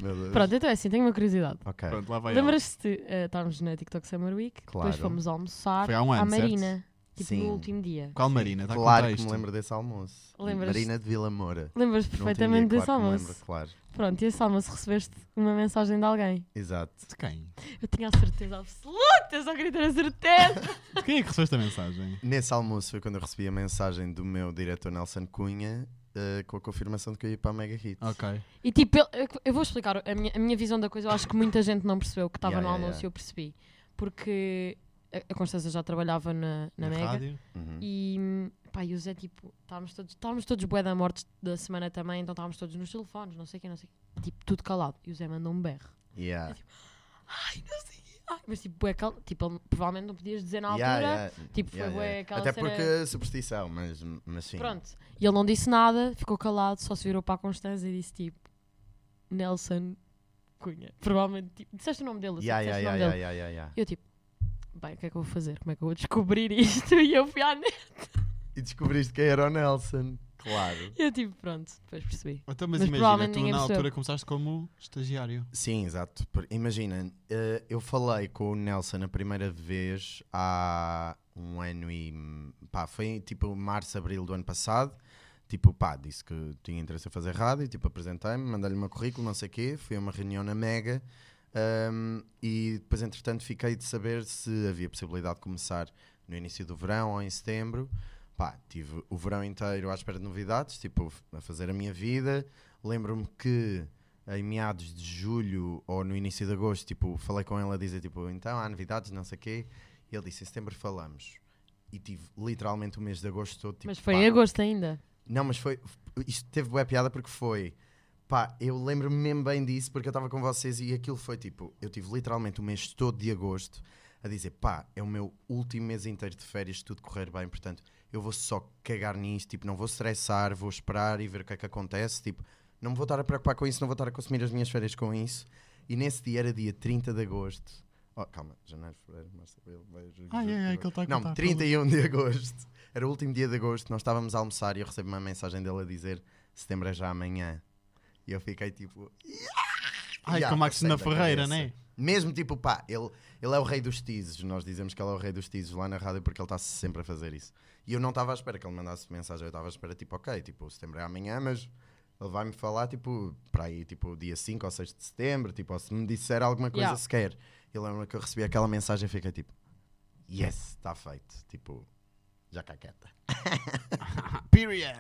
meu Deus. Pronto, então é assim, tenho uma curiosidade. Ok. Pronto, lá vai ela. Lembras-te de eh, estarmos na TikTok Summer Week? Depois Claro. fomos almoçar Foi há um à ano, certo? Marina. Tipo, Sim. no último dia. Qual Marina? tá Dá Claro conta que me isto. lembro desse almoço. Lembras-te? Marina de Vila Moura. Lembras Não tinha, perfeitamente desse claro que me almoço. Lembro, claro. Pronto, e esse almoço recebeste uma mensagem de alguém. Exato. De quem? Eu tinha a certeza absoluta, eu só queria ter a certeza. De quem é que recebeu esta mensagem? Nesse almoço foi quando eu recebi a mensagem do meu diretor Nelson Cunha eh, com a confirmação de que eu ia para a Mega Hits. Ok. e tipo, eu, eu vou explicar a minha, a minha visão da coisa. Eu acho que muita gente não percebeu que estava Yeah, no yeah, almoço e yeah. eu percebi. Porque a a Constança já trabalhava na, na, Mega. rádio? Uhum. E, pá, e o Zé, tipo, estávamos todos, estávamos todos bué da morte da semana também, então estávamos todos nos telefones, não sei o quê, não sei o quê. Tipo, tudo calado. E o Zé mandou um berro. Yeah. Ai, mas tipo, bué calado. Tipo, ele provavelmente não podias dizer na Yeah, altura. yeah. tipo, foi bué aquela Até cena- porque superstição, mas, mas sim. Pronto. E ele não disse nada, ficou calado, só se virou para a Constança e disse tipo, Nelson Cunha. Provavelmente, tipo, disseste o nome dele, assim, Yeah, disseste o yeah, yeah, nome yeah, dele. yeah, yeah, yeah. E eu tipo, bem, o que é que eu vou fazer? Como é que eu vou descobrir isto? E eu fui à net. E descobriste quem era o Nelson. Claro. E eu tipo, pronto, depois percebi. Tipo, Então, mas, Mas imagina, provavelmente tu ninguém na percebeu. altura começaste como estagiário. Sim, exato. Por- Imagina, eh, eu falei com o Nelson a primeira vez há um ano e. pá, foi tipo março, abril do ano passado. Tipo, pá, disse que tinha interesse em fazer rádio, tipo, apresentei-me, mandei-lhe o meu currículo, não sei o quê, fui a uma reunião na Mega ahm, e depois, entretanto, fiquei de saber se havia possibilidade de começar no início do verão ou em setembro. Pá, tive o verão inteiro à espera de novidades, tipo, a fazer a minha vida. Lembro-me que em meados de julho ou no início de agosto, tipo, falei com ele a dizer, tipo, então há novidades, não sei o quê. E ele disse, em setembro falamos. E tive literalmente o mês de agosto todo, tipo, mas foi pá, em agosto ainda. não, mas foi. Isto teve boa piada porque foi. Pá, eu lembro-me mesmo bem disso porque eu estava com vocês e aquilo foi tipo. Eu tive literalmente o mês todo de agosto a dizer: pá, é o meu último mês inteiro de férias, se tudo correr bem, portanto eu vou só cagar nisto, tipo, não vou stressar, vou esperar e ver o que é que acontece, tipo, não me vou estar a preocupar com isso, não vou estar a consumir as minhas férias com isso. E nesse dia era dia 30 de agosto. Oh, calma, janeiro, fevereiro, março, abril, maio, junho, Ah, é, julho, é, agosto. que ele está a Não, contar 31 de agosto. Era o último dia de agosto, nós estávamos a almoçar e eu recebi uma mensagem dele a dizer setembro é já amanhã. E eu fiquei tipo. Ai, "Ya, com a Maxina passei da Ferreira, cabeça." né? Mesmo tipo, pá, ele, ele é o rei dos teases. Nós dizemos que ele é o rei dos teases lá na rádio porque ele está sempre a fazer isso. E eu não estava à espera que ele mandasse mensagem. Eu estava à espera, tipo, ok, tipo, setembro é amanhã, mas ele vai-me falar, tipo, para aí, tipo, dia 5 ou 6 de setembro, tipo, ou se me disser alguma coisa Yeah. sequer. Eu lembro que eu recebi aquela mensagem e fiquei tipo, yes, está feito. Tipo, já cá quieta. Period.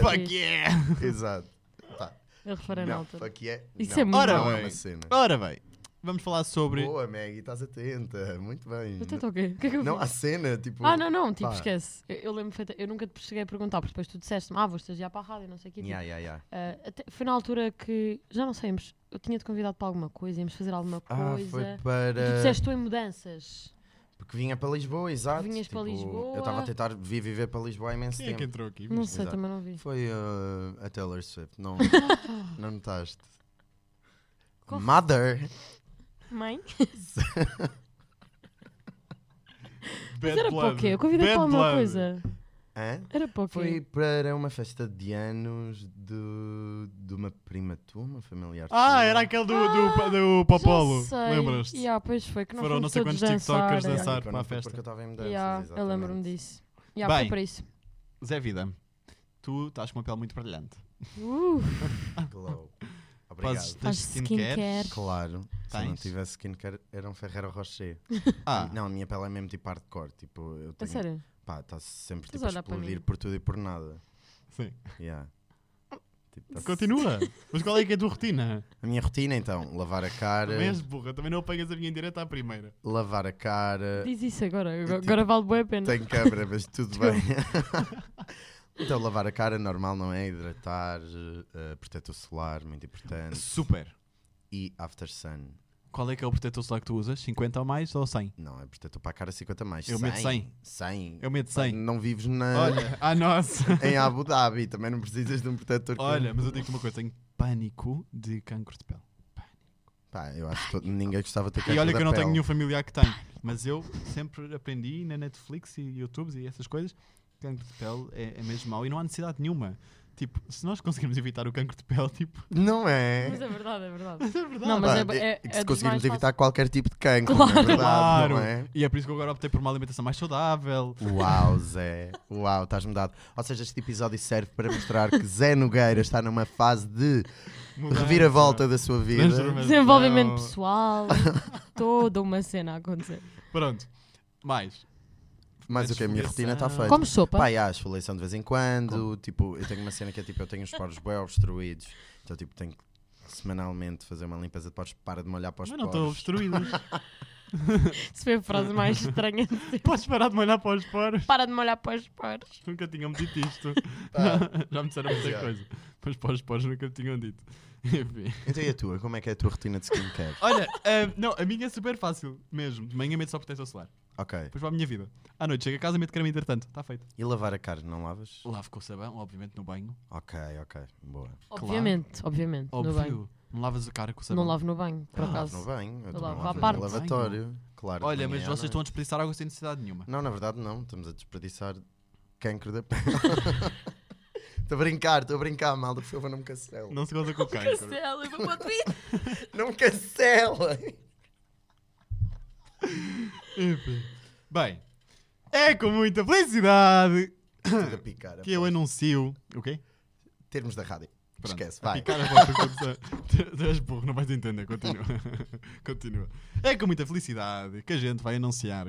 Fuck yeah. Exato. Pá, Eu reparei na não, altura. fuck yeah. Isso não, é muito não bom. é uma cena. Ora bem, vamos falar sobre... Boa, Maggie, estás atenta. Muito bem. Eu estou o quê? O que é que eu Não fiz? há cena, tipo. Ah, não, não, tipo, pá. esquece. Eu, eu lembro feita, eu nunca te cheguei a perguntar, porque depois tu disseste-me, ah, vou estagiar para a rádio, não sei o quê. tipo, Yeah, yeah, yeah. ah, até- foi na altura que, já não sei, mas eu tinha-te convidado para alguma coisa, íamos fazer alguma Ah, coisa. foi E tu para. disseste tu em mudanças. Porque vinha para Lisboa, exato. vinhas para Lisboa. Eu estava a tentar vir viver para Lisboa há imenso Quem é que tempo. entrou aqui? Não sei, exato. também não vi. Foi uh, a Taylor Swift, não, não notaste? Qual- Mother! Mãe? Mas Bad era para o blood. quê? Eu convidei Bad para alguma blood. coisa. Hã? Era para o quê? Foi para uma festa de anos de, de uma prima tua, uma familiar Ah, tua. era aquele do, Ah, do, do Já Popolo. sei. Lembras-te? Yeah, pois foi, que nós Foram fomos não sei todos quantos tiktokers dançar, é. dançar. Porque para eu a não fui festa. Porque eu estava em mudanças, Yeah, eu exatamente. lembro-me disso. Yeah, foi Bem. para isso. Zé Vida, tu estás com uma pele muito brilhante. Uh, Glow. Obrigado. Fazes- faz Tens skincare? skincare. Claro, se eu não Tens? tivesse skincare era um Ferreiro Rocher. Ah, Não, a minha pele é mesmo tipo hardcore. Tipo, eu A tenho sério? pá, está sempre Estás tipo, a a olhar para explodir mim. por tudo e por nada. sim. Yeah. Tipo, tá-se- Continua. Mas qual é que é a tua rotina? A minha rotina então, lavar a cara, Também és burra, também não apanhas a minha indireta à primeira. lavar a Eh, cara. Diz isso agora, tipo, agora, agora vale boa a pena. Tenho câmera, mas tudo bem. então, lavar a cara normal não é hidratar, eh, protetor solar, muito importante. Super. E after sun. Qual é que é o protetor solar que tu usas? 50 ou mais ou 100? Não, é protetor para a cara 50 mais. Eu meto 100. 100. Eu meto 100. Não vives na, Olha, ah, nossa. em Abu Dhabi, também não precisas de um protetor. com- Olha, mas eu digo-te uma coisa, tenho pânico de cancro de pele. Pá, eu acho que to- ninguém gostava de ter E cancro olha que da eu não tenho pele. nenhum familiar que tem, mas eu sempre aprendi na Netflix e YouTubes e essas coisas, cancro de pele é, é mesmo mau e não há necessidade nenhuma. Tipo, se nós conseguirmos evitar o cancro de pele, tipo, Não é? Mas é verdade, é verdade. é verdade. Não, mas Pá, é- é- que é se dos conseguirmos mais fáceis. evitar qualquer tipo de cancro, Claro. não é verdade, claro. não é? E é por isso que eu agora optei por uma alimentação mais saudável. Uau, Zé. Uau, estás mudado. Ou seja, este episódio serve para mostrar que Zé Nogueira está numa fase de Mudança, reviravolta da sua vida. transformação. Desenvolvimento pessoal, toda uma cena a acontecer. Pronto. Mais. Mas o que a minha rotina está feita. Como sopa? Pá, já, esfoliação de vez em quando. Tipo, eu tenho uma cena que é tipo, eu tenho os poros bem obstruídos. Então, tipo, tenho que semanalmente fazer uma limpeza de poros. Para de molhar para os Mas não estou poros. obstruído. Isso foi a frase mais estranha. de sempre. Podes parar de me olhar para os poros. Para de me olhar para os poros. Nunca tinham me dito isto. Pá. Já me disseram muita Já. coisa. Mas para os poros nunca me tinham dito. Enfim. Então e a tua? Como é que é a tua rotina de skincare? Olha, ah, não, a minha é super fácil mesmo. De manhã meto só proteção solar. ok. Depois para a minha vida. À noite chego a casa, meto creme entretanto. Está feito. E lavar a cara, não lavas? Lavo com sabão, obviamente, no banho. Ok, ok. Boa. Claro. Obviamente, obviamente. No banho. Óbvio. Não lavas a cara com sabão. Não lavo no banho, por Eu lavo acaso. é Ah, no banho. Eu Eu também lavo à lavo parte. no lavatório. Claro. de Olha, mas manhã à vocês noite. estão a desperdiçar água sem necessidade nenhuma. Não, na verdade não. Estamos a desperdiçar cancro da pele. Estou a brincar, estou a brincar, malda. Por favor, não me cancelem. Não, Não se goza com o cancro. Castelo, eu é vou para o Twitter. me cancelem. Enfim. Bem, é com muita felicidade Tudo a picar. que eu aposto. anuncio. O quê? Termos da rádio. Pronto. Esquece, A vai. picar a vossa condição. Tu- tu és burro, não vais entender. Continua. Continua. É com muita felicidade que a gente vai anunciar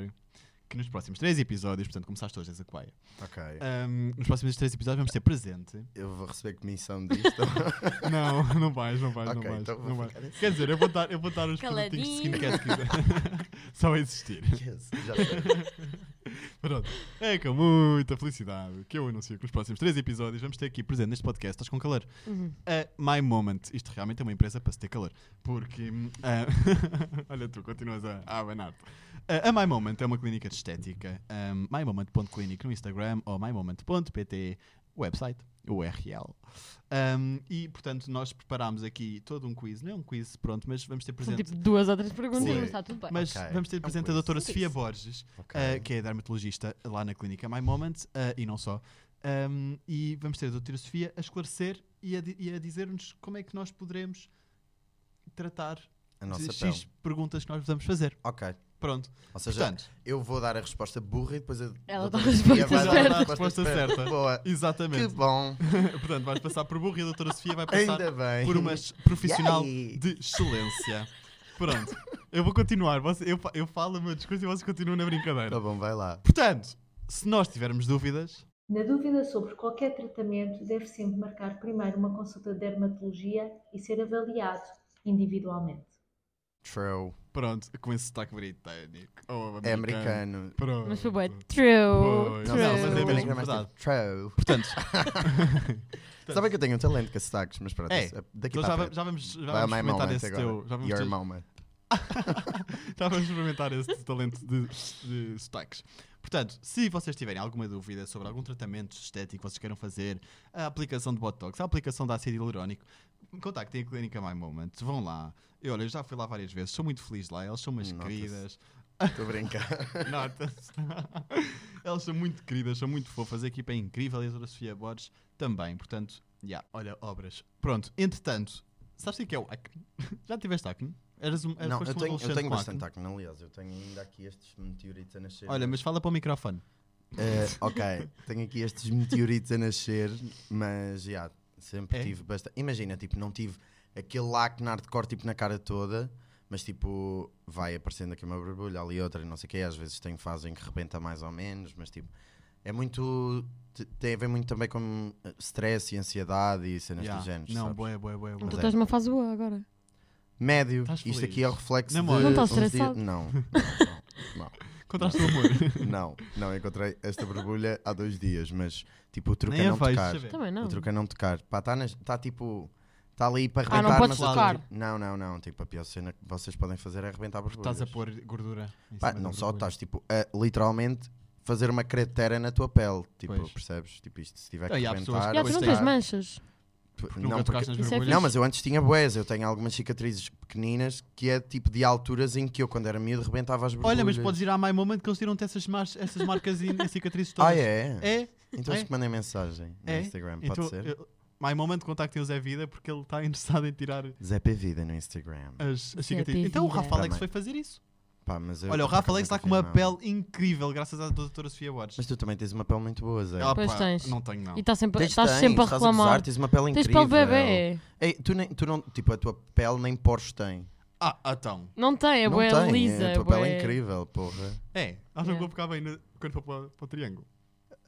que nos próximos três episódios, portanto, começaste hoje essa coaia. Ok. Ahm, nos próximos três episódios vamos ter presente. Eu vou receber comissão disto. Não, não vais, não vais, Ok, não vais. então vou não vais. ficar assim. Quer dizer, eu vou dar, eu vou dar os Caladinho. produtinhos de skincare se quiser. Só a existir. yes, já sei. Pronto. É com muita felicidade que eu anuncio que nos próximos três episódios vamos ter aqui presente neste podcast. Estás com calor? Uhum. A My Moment. Isto realmente é uma empresa para se ter calor. Porque. hum, a- olha, tu continuas a, a abanar-te. A, a My Moment é uma clínica de estética. Um, MyMoment.clinic no Instagram ou MyMoment.pt, website, URL. Um, e, portanto, nós preparámos aqui todo um quiz. Não é um quiz, pronto, mas vamos ter São presente. tipo duas ou três perguntas, Sim. mas está tudo bem. Mas Ok. vamos É ter um presente a quiz. doutora Um Sofia quiz. Borges, Ok. eh, que é dermatologista lá na clínica My Moment eh, e não só. Um, e vamos ter a doutora Sofia a esclarecer e a, di- e a dizer-nos como é que nós poderemos tratar A nossa de X pele. perguntas que nós vamos fazer. Ok. Pronto. Ou seja, Portanto, eu vou dar a resposta burra e depois a. Ela doutora dá a Sofia resposta vai dar certa. Resposta certa. Boa. Que exatamente. bom. Portanto, vais passar por burro e a doutora Sofia vai passar Ainda bem. por uma s- profissional Yay. de excelência. Pronto. Eu vou continuar. Você- Eu, fa- eu falo o meu discurso e vocês continuam na brincadeira. Tá bom, vai lá. Portanto, se nós tivermos dúvidas, Na dúvida sobre qualquer tratamento, deve sempre marcar primeiro uma consulta de dermatologia e ser avaliado individualmente. True. pronto, com esse sotaque britânico. ou É americano. Pronto. Mas foi bué. True. Foi. Não, True. não, mas é True. mesmo verdade. Verdade. True. Portanto, Sabem que eu tenho um talento com sotaques, mas pronto, É. isso é daqui então já, para a va- frente. já vamos, já Vai ao vamos my experimentar moment esse agora. teu. Já vamos, Your ter- moment. já vamos experimentar esse talento de, de sotaques. Portanto, se vocês tiverem alguma dúvida sobre algum tratamento estético que vocês queiram fazer, a aplicação de Botox, a aplicação de ácido hialurónico, contactem a clínica My Moment, vão lá. Eu, olha, eu já fui lá várias vezes, sou muito feliz lá, elas são umas Nota-se. queridas. É, Estou a brincar. Nota-se. Elas são muito queridas, são muito fofas. A equipa é incrível e a doutora Sofia Borges também. Portanto, já, olha, obras. Pronto, entretanto, sabes o que é o acne? Já tiveste acne? Eras um, eras- Não, foste eu um tenho, eu adolescente tenho com bastante acne, aliás. Eu tenho ainda aqui estes meteoritos a nascer. Olha, mas fala para o microfone. Eh, ok, tenho aqui estes meteoritos a nascer, mas já, sempre É? tive bastante. Imagina, tipo, não tive aquele acne hardcore tipo, na cara toda, mas tipo, vai aparecendo aqui uma borbulha, ali outra, e não sei o quê. Às vezes tenho fase em que rebenta mais ou menos, mas tipo, é muito. te- Tem a ver muito também com eh, stress e ansiedade e cenas Já. do género. Não, sabes? boé, boé, boé. Tu Mas é. estás numa fase boa agora. Médio, Estás isto feliz? aqui é o reflexo Na de moda. Não estás uns dias- estressado? Não, não, não. Contraste o amor. Não, não encontrei esta borbulha há dois dias, mas tipo, o truque Nem é a não vejo, tocar. deixa ver. Também não. O truque é não tocar. Pá, está tá, tipo. Está ali para Ah, arrebentar, não podes mas- tocar. Não, não, não. Tipo, a pior cena que vocês podem fazer é arrebentar borbulhas. Estás a pôr é gordura. em Pá, cima da não só borbulha. estás, tipo, a literalmente fazer uma cratera na tua pele. Tipo, Pois. percebes? Tipo, isto se tiver que Ah, e há pessoas arrebentar... que Já, tu depois não tem- tens manchas. tu- Nunca Não, porque- tocaste nas Isso é borbulhas. não, mas eu antes tinha boés. Eu tenho algumas cicatrizes pequeninas que é, tipo, de alturas em que eu, quando era miúdo, rebentava as borbulhas. Olha, mas podes ir à My Moment que eles tiram-te essas, mar- essas marcas e e cicatrizes todas. Ah, é? É, Então É. acho que mandei mensagem no é. Instagram, pode Então, ser? eu- My Moment contactem o Zé Vida porque ele está interessado em tirar Zé P. Vida no Instagram. as, as Zé cicatrizes. Então o Vida. Rafa Alex Também. foi fazer isso. Pá, mas eu Olha, o por Rafa acaso Alex nunca está com fiz uma nada. pele incrível, graças à doutora Sofia Borges. Mas tu também tens uma pele muito boa, Zé. Ah, Pois tens. Não tenho, não. E estás sempre, Tens, estás tens, sempre a estás reclamar. gozar, tens uma pele Tens incrível. pelo bebê. Ei, tu, nem, tu não, tipo, a tua pele nem poros tem. Ah, então. Não tem, é não boa tem, lisa. A tua pele é bué- incrível, porra. É, acho É. que vou ficar bem no- quando for para, para o Triângulo.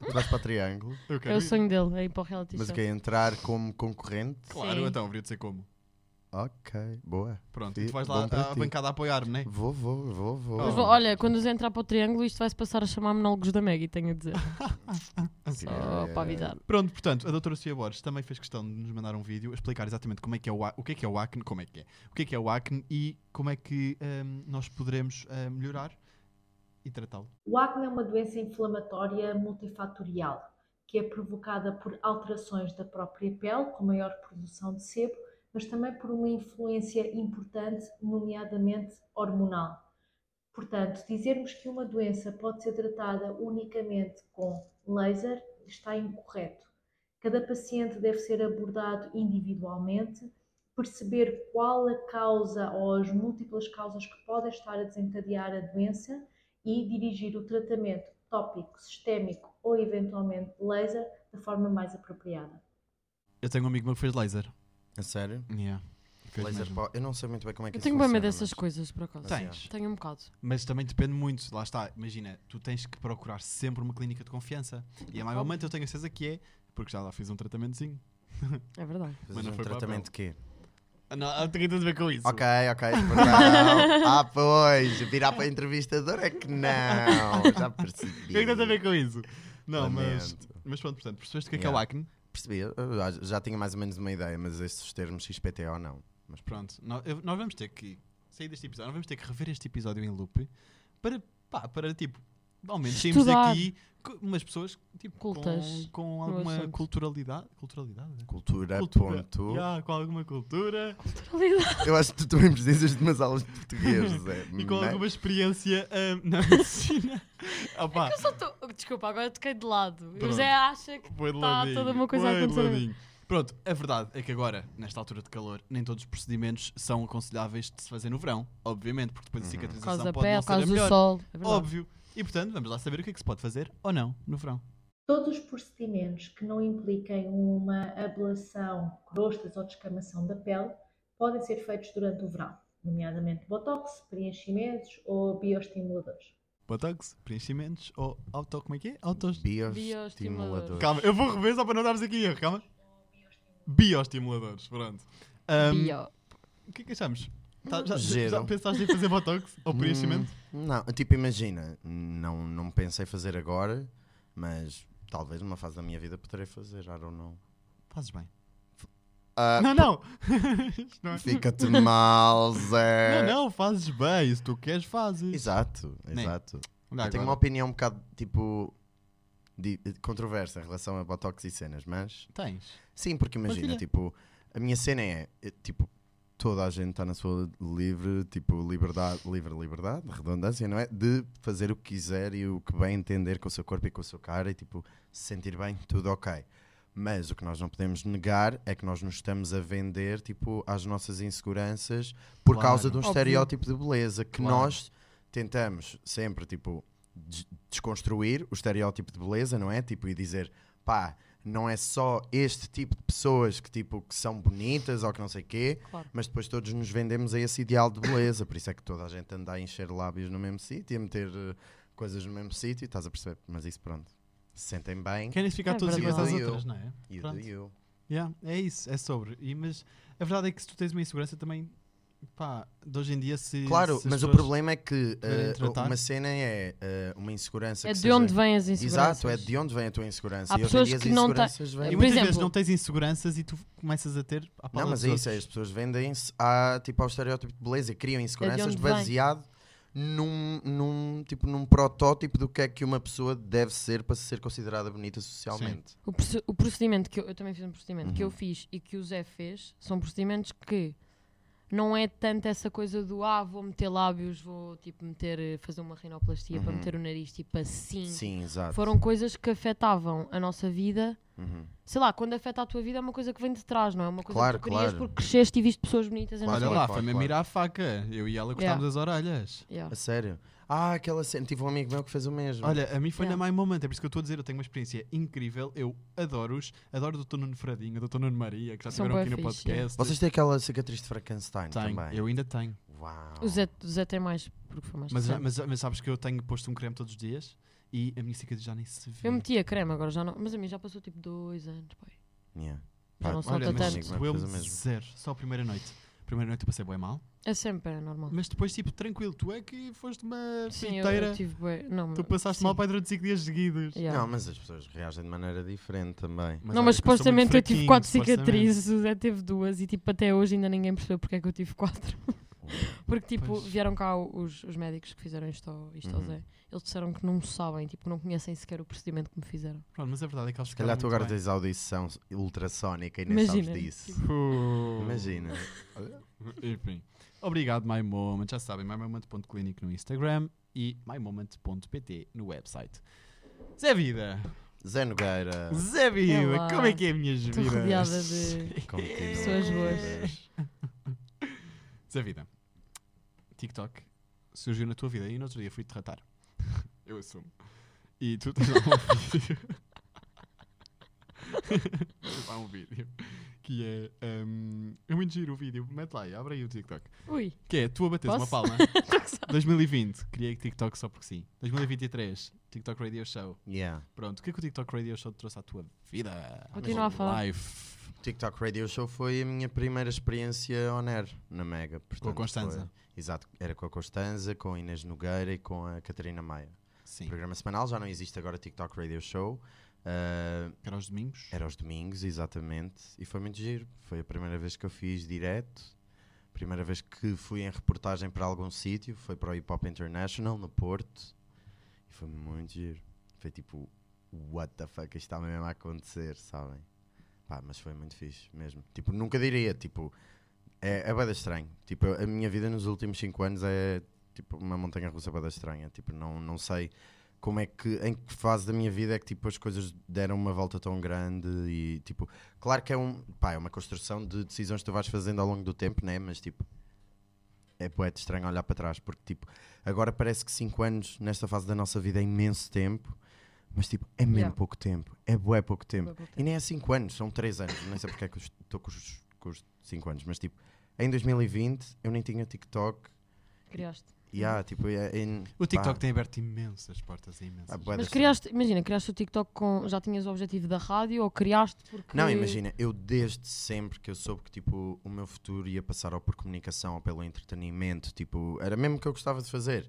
Tu vais para triângulo, Eu É quero o ir. sonho dele, é ir para o reality mas o show. que entrar como concorrente? Claro, Sim. então, haveria de ser como. Ok, boa. Pronto, Sim, tu vais lá bom para à ti. bancada a apoiar-me, não é? Vou, vou, vou, vou. Mas vou- olha, quando os entrar para o triângulo, isto vai-se passar a chamar monólogos da Maggie, tenho a dizer. Só para avisar. Pronto, portanto, a doutora Sofia Borges também fez questão de nos mandar um vídeo a explicar exatamente como é que é o, a- o que é que é o acne, como é que é, o que é que é o acne e como é que hum, nós poderemos hum, melhorar e tratá-lo. O acne é uma doença inflamatória multifatorial, que é provocada por alterações da própria pele, com maior produção de sebo, mas também por uma influência importante, nomeadamente hormonal. Portanto, dizermos que uma doença pode ser tratada unicamente com laser está incorreto. Cada paciente deve ser abordado individualmente, perceber qual a causa ou as múltiplas causas que podem estar a desencadear a doença e dirigir o tratamento tópico, sistémico ou eventualmente laser da forma mais apropriada. Eu tenho um amigo meu que fez laser. A sério? Yeah. Fez Laser mesmo. pó- Eu não sei muito bem como é que Eu isso tenho bem medo funciona, dessas mas- coisas, por acaso. Tens. Tenho um bocado. Mas também depende muito, lá está, imagina, tu tens que procurar sempre uma clínica de confiança. E a maior momento eu tenho a certeza que é, porque já lá fiz um tratamentozinho. É verdade. Mas Fazes não um foi para a tratamento de quê? Ah, Não, eu tenho tudo a ver com isso. Ok, ok. perdão. ah, pois. Virar para a entrevistadora é que não. Já O percebi. que é que tens a ver com isso? Não, mas, Lamento. mas pronto, portanto, percebeste o que é Yeah. que é o acne? Percebi. eu já- Já tinha mais ou menos uma ideia, mas esses termos XPTO não. Mas pronto. Pronto, nó- eu- nós vamos ter que sair deste episódio, nós vamos ter que rever este episódio em loop para, pá, para tipo, ao menos sairmos Estudar. daqui co- umas pessoas tipo, Cultas com, com alguma assunto. culturalidade. Culturalidade? Cultura, Cultura. É, ponto. Yeah, com alguma cultura Eu acho que tu também precisas de umas aulas de português, é, né? José. e com Não- alguma experiência ahm, na medicina. Ah, pá, É Eu só tô- Desculpa, agora eu toquei de lado. O Pronto. José acha que foi de tá ladinho, toda uma coisa a foi de acontecer. ladinho. Pronto, a verdade é que agora, nesta altura de calor, nem todos os procedimentos são aconselháveis de se fazer no verão, obviamente, porque depois a por cicatrização causa da pode não pele, por ser a causa do melhor. sol. É verdade. Óbvio. E portanto, vamos lá saber o que é que se pode fazer ou não no verão. Todos os procedimentos que não impliquem uma ablação, crostas ou descamação da pele podem ser feitos durante o verão, nomeadamente botox, preenchimentos ou bioestimuladores. Botox, preenchimentos ou auto. Como é que é? Autos. Bioestimulador. Calma, eu vou rever só para não darmos aqui erro, calma. Bioestimuladores, pronto. Ahm, Bio. o que é que achamos? Tá- já, já- Gelo. já pensaste em fazer botox ou preenchimento? Hum, não, tipo, imagina. Não, não pensei fazer agora, mas talvez numa fase da minha vida poderei fazer. I don't know. Fazes bem. Ah, Não, não! Isto não é- Fica-te mal, Zé. Não, não, fazes bem. Se tu queres, fazes. Exato, Nem. exato. Olha Eu tenho uma agora. opinião um bocado tipo di- controversa em relação a botox e cenas, mas Tens. sim, porque imagina, Partilha. tipo, a minha cena é eh, tipo, toda a gente está na sua livre, tipo, liberdade, livre liberdade, redundância, não é? De fazer o que quiser e o que bem entender com o seu corpo e com a sua cara e tipo, se sentir bem, tudo ok. Mas o que nós não podemos negar é que nós nos estamos a vender tipo às nossas inseguranças por Claro. causa de um Óbvio. estereótipo de beleza que Claro. nós tentamos sempre tipo des- desconstruir o estereótipo de beleza, não é? Tipo e dizer, pá, não é só este tipo de pessoas que tipo que são bonitas ou que não sei quê, Claro. mas depois todos nos vendemos a esse ideal de beleza, por isso é que toda a gente anda a encher lábios no mesmo sítio, e a meter eh, coisas no mesmo sítio, estás a perceber? Mas isso pronto. Se sentem bem. Querem ficar É todos iguais às verdade. outras, não é? You do Pronto. you. Yeah, é isso, é sobre. E, mas a verdade é que se tu tens uma insegurança também Pá, de hoje em dia se. Claro, se as mas o pessoas- problema é que puderem eh, tratar. uma cena é eh, uma insegurança É que de seja- onde vêm as inseguranças. Exato, é de onde vem a tua insegurança. Há e hoje em pessoas dia as que não têm- É inseguranças vêm- E Por muitas vezes exemplo- não tens inseguranças e tu começas a ter. à pala Não, mas dos é isso, outros. é, as pessoas vendem-se a, tipo, ao estereótipo de beleza, criam inseguranças É onde vem. baseado num, num, tipo, num protótipo do que é que uma pessoa deve ser para ser considerada bonita socialmente. O, proce- o procedimento que eu, eu também fiz um procedimento que Uhum. eu fiz e que o Zé fez são procedimentos que não é tanto essa coisa do ah, vou meter lábios, vou tipo meter, eh, fazer uma rinoplastia Uhum. para meter o nariz tipo assim. Ah, Sim, exato. Foram coisas que afetavam a nossa vida. Sei lá, quando afeta a tua vida é uma coisa que vem de trás, não é? Uma coisa Claro, que tu querias claro. porque cresceste e viste pessoas bonitas e não Claro, sei Olha o Claro, lá, claro, foi-me a é claro. mirar a faca. Eu e ela cortámos as orelhas. quê. Yeah. A sério? Ah, aquela cena. Tive um amigo meu que fez o mesmo. Olha, a mim foi Yeah. na My Moment, é por isso que eu estou a dizer, eu tenho uma experiência incrível, eu adoro-os, adoro o Dr. Nuno Fradinho, o Dr. Nuno Maria, que já São tiveram aqui bué no fixe, podcast. Vocês têm aquela cicatriz de Frankenstein Tenho, também. eu ainda tenho. Uau. O, Zé, o Zé tem mais, porque foi mais Mas, recente. mas, mas sabes que eu tenho posto um creme todos os dias e a minha cicatriz já nem se vê. Eu metia creme, agora já não. Mas a mim já passou tipo dois anos, pai. Yeah. Já Pá, não olha, solta Olha, mas tanto. mas amigo, doeu-me fez o mesmo. zero, só a primeira noite. Primeira noite eu passei bem mal, É sempre, é normal. mas depois, tipo, tranquilo, tu é que foste uma Sim, eu, piteira, eu tive bué- não, tu passaste sim. mal para durante 5 dias seguidos. Yeah. Não, mas as pessoas reagem de maneira diferente não, mas também. olha que eu sou muito supostamente eu tive fraquinho, quatro supostamente. cicatrizes, o Zé teve duas e tipo até hoje ainda ninguém percebeu porque é que eu tive quatro. porque tipo, Pois. vieram cá o- os, os médicos que fizeram isto, ao- isto ao Uhum. Zé. Eles disseram que não sabem, tipo, não conhecem sequer o procedimento que me fizeram. Pronto, mas a verdade é que eles Se calhar tu agora tens... tens audição ultrassónica e nem Imagina. sabes disso. Tipo, Imagina. Imagina. Enfim. Obrigado, My Moment. Já sabem, mymoment.clinic no Instagram e mymoment.pt no website. Zé Vida! Zé Nogueira. Zé Vida! Olá. Como é que é a minha vida? Estou rodeada de Como te pessoas boas. imaginas? Zé Vida. TikTok surgiu na tua vida e no outro dia fui-te tratar. Eu assumo. E tu tens lá um vídeo. Tens lá um vídeo. Que é. hum, é muito giro o vídeo. Mete lá, e abre aí o TikTok. Ui, Que é, tu a bateres uma Posso? palma. 2020, criei TikTok só porque sim. 2023, TikTok Radio Show. Yeah. Pronto, o que é que o TikTok Radio Show te trouxe à tua vida? Continua a falar. Life. TikTok Radio Show foi a minha primeira experiência on air na Mega. Portanto, Com a Constanza. foi- exato, era com a Constanza, com a Inês Nogueira e com a Catarina Maia. Sim. O programa semanal já não existe agora TikTok Radio Show. Ah, Era aos domingos. era aos domingos, exatamente, e foi muito giro. Foi a primeira vez que eu fiz direto, primeira vez que fui em reportagem para algum sítio, foi para o Hip Hop International, no Porto, e foi muito giro. Foi tipo, what the fuck, isto está mesmo a acontecer, sabem? Pá, mas foi muito fixe mesmo. Tipo, nunca diria, tipo, é, é bada estranho. Tipo, eu- a minha vida nos últimos 5 anos é tipo uma montanha russa bada estranha. Tipo, não, não sei como é que, em que fase da minha vida é que tipo as coisas deram uma volta tão grande e tipo, claro que é um, pá, é uma construção de decisões que tu vais fazendo ao longo do tempo, né? Mas tipo, é poeta estranho olhar para trás porque tipo, agora parece que 5 anos nesta fase da nossa vida é imenso tempo. Mas tipo, é mesmo Yeah. pouco tempo. É bué pouco tempo. Bué pouco E nem é 5 anos, são 3 anos. Nem sei porque é que eu estou com os- com os 5 anos, mas tipo, em 2020 eu nem tinha TikTok. criaste. Ah, E há, tipo, é- em- O TikTok pá, tem aberto imensas portas, é há imensas. bué Mas das criaste, imagina, criaste o TikTok com. Já tinhas o objetivo da rádio ou criaste porque. Não, imagina, eu desde sempre que eu soube que tipo, o meu futuro ia passar ou por comunicação ou pelo entretenimento, tipo, era mesmo o que eu gostava de fazer.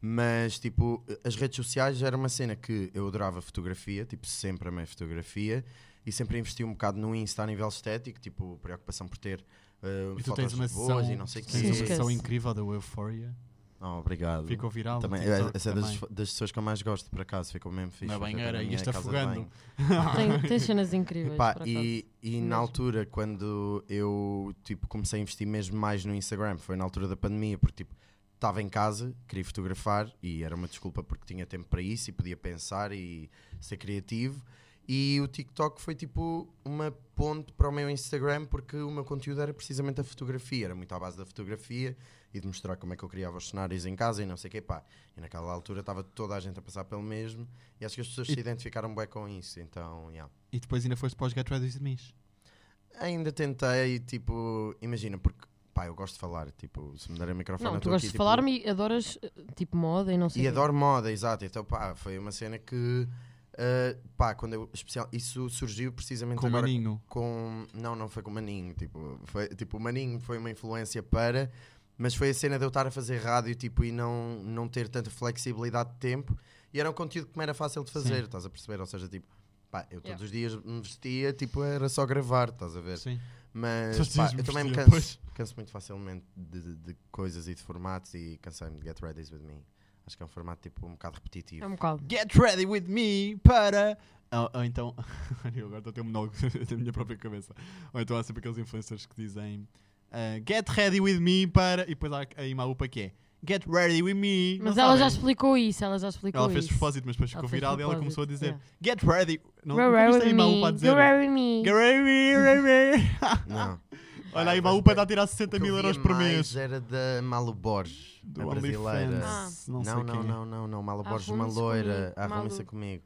Mas tipo, as redes sociais era uma cena que eu adorava fotografia, tipo, sempre amei fotografia e sempre investi um bocado no Insta a nível estético, tipo, preocupação por ter eh, E tu fotos tens uma boas sessão, e não sei o tens uma Sim, que. esquece. sessão incrível da Euphoria. obrigado. Ficou viral. Também, no é, um TikTok essa é das, também. é das pessoas que eu mais gosto, por acaso, ficou mesmo fixe. Na foi feita banheira, minha ia-se casa de afogando. banho. Tem, tem cenas incríveis. Epá, por acaso. e, e na Mesmo. altura, quando eu tipo, comecei a investir mesmo mais no Instagram, foi na altura da pandemia, porque tipo, estava em casa, queria fotografar e era uma desculpa porque tinha tempo para isso e podia pensar e ser criativo. E o TikTok foi tipo uma ponte para o meu Instagram porque o meu conteúdo era precisamente a fotografia, era muito à base da fotografia e de mostrar como é que eu criava os cenários em casa e não sei o que, pá. E naquela altura estava toda a gente a passar pelo mesmo e acho que as pessoas E- se identificaram bem com isso, então, yeah. E depois ainda foste para os Get Ready With Me. Ainda tentei, tipo, imagina, porque pá, eu gosto de falar, tipo, se me derem o microfone, Não, eu tu estou gostas aqui, de tipo, falar-me e adoras eh, tipo moda e não sei. E o quê. adoro moda, exato. Então, pá, foi uma cena que ah, pá, quando eu, especial, isso surgiu precisamente Com o agora maninho. com. Não, não foi com o Maninho. Tipo, foi, tipo, o Maninho foi uma influência para. Mas foi a cena de eu estar a fazer rádio tipo, e não, não ter tanta flexibilidade de tempo. E era um conteúdo que me era fácil de fazer, estás a perceber? Ou seja, tipo, pá, eu todos Yeah. os dias me vestia, tipo, era só gravar, estás a ver? Sim. Todos Mas os pá, dias me eu também me vestia, canso, pois. canso muito facilmente de, de- de coisas e de formatos e cansei-me de Get Ready With Me. Acho que é um formato tipo um bocado repetitivo. É um bocado. Get ready with me para. Ou, ou então. eu agora estou a ter um monólogo da minha própria cabeça. Ou então há sempre aqueles influencers que dizem ah, Get ready with me para. E depois há a Imaupa que é Get ready with me. Mas Não ela já sabem. explicou isso, ela já explicou Ela fez isso. de propósito, mas depois Ela ficou fez de viral e ela propósito, começou a dizer yeah. Get ready. Não, Go não rare viste a with Imaupa a me, um dizer. go rare with me. Get ready with me. Não. Olha, a mas Imaupa bem, está a tirar 60 O que eu mil via euros por mais mês. Era da Malu Borges, a Do brasileira. OnlyFans. Não, Não sei não, quem não, é. não, não, Malu Borges, uma Arrume-se loira. comigo, Arrume-se Ah, Malu. comigo.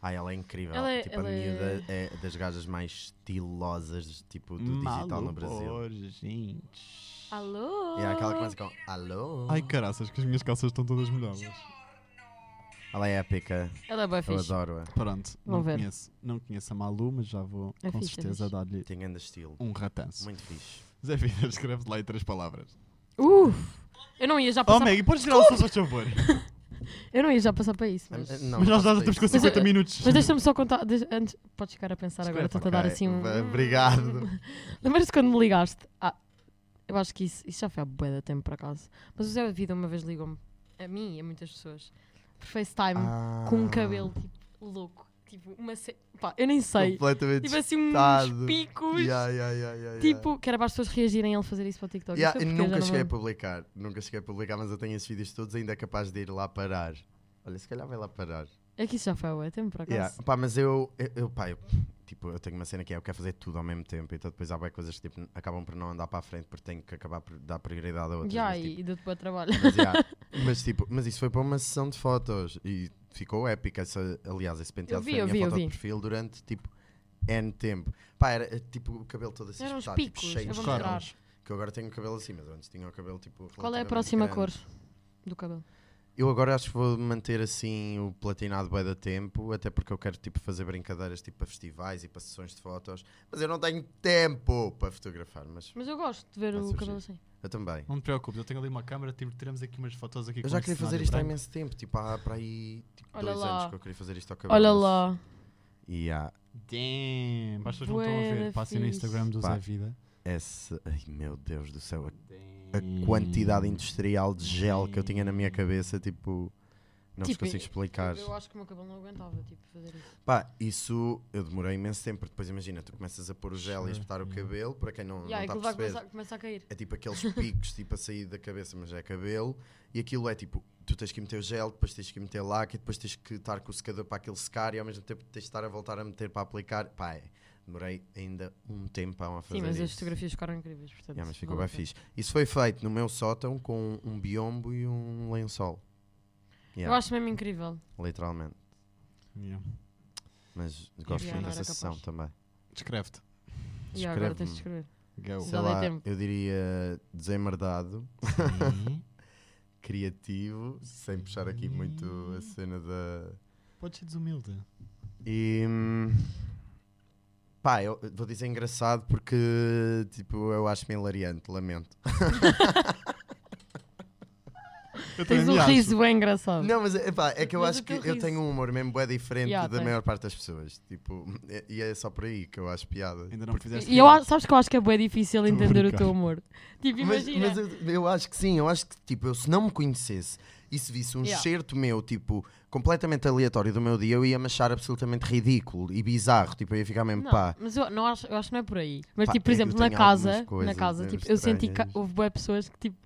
Ah, ela é incrível. Ela é- tipo, ela a é- miúda é das gajas mais estilosas tipo, do digital no Malu Brasil. Borges, gente. Alô? E é aquela que começa com Alô? Ai caraças, que as minhas calças estão todas molhadas. Ela é épica, Ela é bem eu fixe. adoro-a. Pronto, Vão não ver. conheço, não conheço a Malu, mas já vou É com fixe, é certeza fixe. dar-lhe Tem grande estilo. um ratanço. Muito fixe. Zé Vida, escreve lá em três palavras. Uf! Eu não ia já Oh passar, Maggie, podes tirar o som, por favor? eu não ia já passar para isso, mas... Ah, não, mas não nós já faço estamos isso. com Mas eu- 50 minutos. Mas deixa-me só contar, deixa- antes, podes ficar a pensar agora, Escreve, estou-te a dar Ok, assim um... va- Obrigado. Lembras-te quando me ligaste? Ah, eu acho que isso, isso já foi há bué de tempo, por acaso. Mas o Zé da Vida uma vez ligou-me, a mim e a muitas pessoas, por FaceTime, com um Ah, cabelo, tipo, louco. Tipo, uma... Se... Pá, eu nem sei. Completamente. Tipo assim, uns estado. picos. Yeah, yeah, yeah, yeah, yeah. Tipo, que era para as pessoas reagirem ele fazer isso para o TikTok. Yeah, Não sei eu porque, já nunca não cheguei a lembro. publicar, nunca cheguei a publicar, mas eu tenho esses vídeos todos ainda é capaz de ir lá parar. Olha, se calhar vai lá parar. É que isso já foi há bué de tempo, por acaso. Yeah. Pá, mas eu, eu, eu, pá, eu, tipo, eu tenho uma cena que é eu quero fazer tudo ao mesmo tempo, então depois há bem coisas que tipo, acabam por não andar para a frente porque tenho que acabar por dar prioridade a outras. Já, mas, tipo, e deu-te bué trabalho. mas, yeah. Mas, tipo, mas isso foi para uma sessão de fotos e ficou épica. Essa, aliás, esse penteado vi, foi a eu minha vi, eu foto de vi. perfil durante tipo N tempo. Pá, era eh, tipo o cabelo todo assim Eram os espetado, picos, tipo, cheio eu de vou Claro. mostrar. que eu agora tenho o cabelo assim, mas antes tinha o cabelo tipo. Qual é a relativamente próxima grande. cor do cabelo? Eu agora acho que vou manter assim o platinado bem da tempo, até porque eu quero tipo fazer brincadeiras tipo para festivais e para sessões de fotos, mas eu não tenho tempo para fotografar, mas Mas eu gosto de ver Vai o surgir. cabelo assim. eu também. Não te preocupes, eu tenho ali uma câmera, tipo, tiramos aqui umas fotos aqui um Eu já queria fazer isto há imenso tempo, tipo há para aí tipo, Olha dois lá. anos que eu queria fazer isto ao cabelo. Olha mas- lá. E há Damn, para as pessoas não estão a Bué ver, da passem no fixe. Instagram do Pá. Zé Vida. essa. Ai meu Deus do céu, a, a quantidade industrial de gel que eu tinha na minha cabeça, tipo. Não vos Tipo, consigo explicar. Eu acho que o meu cabelo não aguentava, tipo, fazer isso. Pá, isso eu demorei imenso tempo, porque depois imagina, tu começas a pôr o gel e a espetar o cabelo, para quem não, E aí não Uhum. aquilo está a vai perceber. começar, começa a cair. É tipo aqueles picos tipo a sair da cabeça, mas é cabelo, e aquilo é tipo, tu tens que meter o gel, depois tens que meter laca e depois tens que estar com o secador para aquele secar e ao mesmo tempo tens de estar a voltar a meter para aplicar. Pá, é, demorei ainda um tempão a fazer Sim, mas isso. as fotografias ficaram incríveis, portanto. Yeah, mas ficou bem vale a pena. fixe. Isso foi feito no meu sótão com um biombo e um lençol. Eu Yeah, acho mesmo incrível. Literalmente. Yeah. Mas gosto Yeah, muito não dessa era sessão capaz. também. Descreve-te. E agora tens de Escreve-me. escrever. Go. sei dá-lhe lá, tempo. eu diria desemerdado, Sim. criativo, sem puxar aqui muito Hum. a cena da. Podes ser desumilde. E. hum, Pá, eu vou dizer engraçado porque, tipo, eu acho-me hilariante, lamento. Eu Tens um riso bem engraçado. Não, mas é, pá, é que eu Mas acho o que teu eu riso- tenho um humor mesmo bem diferente Yeah, da tens. maior parte das pessoas. Tipo, é- e é só por aí que eu acho piada. Ainda não me fizeste. E eu, rir. a- sabes que eu acho que é bem difícil entender o brincando. teu humor. Tipo, Mas, imagina. mas eu, eu acho que sim, eu acho que tipo, eu se não me conhecesse e se visse um Yeah. excerto meu, tipo, completamente aleatório do meu dia, eu ia me achar absolutamente ridículo e bizarro. Tipo, eu ia ficar mesmo Não, pá. mas eu não acho, eu acho que não é por aí. Mas Pá, tipo, por é que eu exemplo, na tenho algumas casa, na coisas casa, mesmo tipo, eu senti que estranhas. houve boas pessoas que tipo,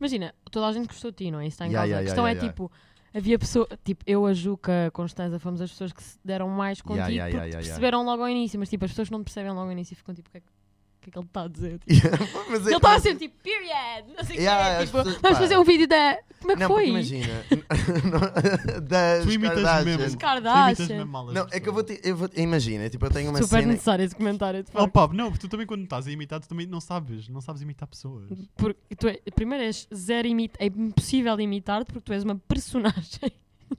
imagina, toda a gente gostou de ti, não é? Isso está em Ya, casa. ya, a ya, questão ya, é ya. tipo, havia pessoas, tipo, eu, a Juca, a Constanza, fomos as pessoas que se deram mais contigo ya, ya, porque ya, te ya. perceberam logo ao início, mas tipo, as pessoas não te percebem logo ao início e ficam tipo, o que é que, o que, é que ele está a dizer? Tipo, Mas é- ele estava sempre tipo, period, não sei o Ya, que, as tipo, pessoas- vamos pá. fazer um vídeo da. Como é que Não, foi? porque imagina. não- das Tu imitas Kardashians. mesmo. Kardashians. Tu imitas mesmo mal as Não, é que pessoas. eu vou te. Eu vou, imagina, tipo, eu tenho uma Super cena. necessário esse comentário. de Oh facto. pá, não, tu também quando estás a imitar, tu também não sabes, não sabes imitar pessoas. Porque tu é, primeiro és zero imita, é impossível imitar-te porque tu és uma personagem.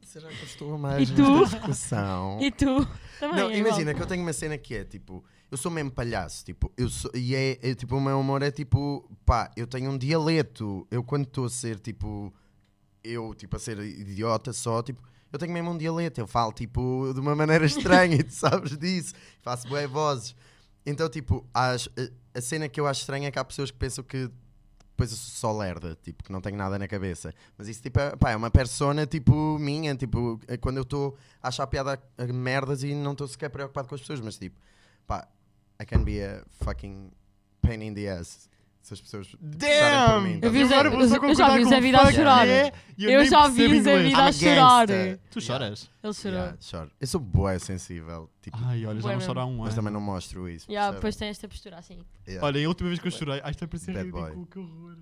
Será que estou mais E tu? nesta discussão. E tu? Também Não, é igual. imagina que eu tenho uma cena que é tipo, eu sou mesmo palhaço, tipo, eu sou, e é, é, tipo, o meu humor é tipo, pá, eu tenho um dialeto, eu quando estou a ser tipo, eu tipo a ser idiota só, tipo, eu tenho mesmo um dialeto, eu falo tipo de uma maneira estranha, e tu sabes disso, faço boas vozes. Então, tipo, acho- a, a cena que eu acho estranha é que há pessoas que pensam que depois eu sou só lerda, tipo, que não tenho nada na cabeça. Mas isso, tipo, é, pá, é uma persona, tipo, minha, tipo, é quando eu estou a achar piada a, a merdas e não estou sequer preocupado com as pessoas, mas, tipo, pá, I can be a fucking pain in the ass. Se as pessoas puxarem por mim. Damn! Eu vi o E Zé- agora vou só eu já concordar vi o com Zé Vidal fuck chorar. yeah, então. e é, Eu nem já vi percebo o Zé inglês. Vidal I'm a chorar. gangster. Tu choras? Ele chorou. Yeah, choro. Eu sou boé sensível, tipo, Ai, olha, Bué já não mesmo. choro há um mas ano. também não mostro isso. Yeah, percebem? depois tem esta postura assim. Yeah. Olha, a última vez que eu chorei. Ai, isto vai parecer Bad boy. ridículo, que horror.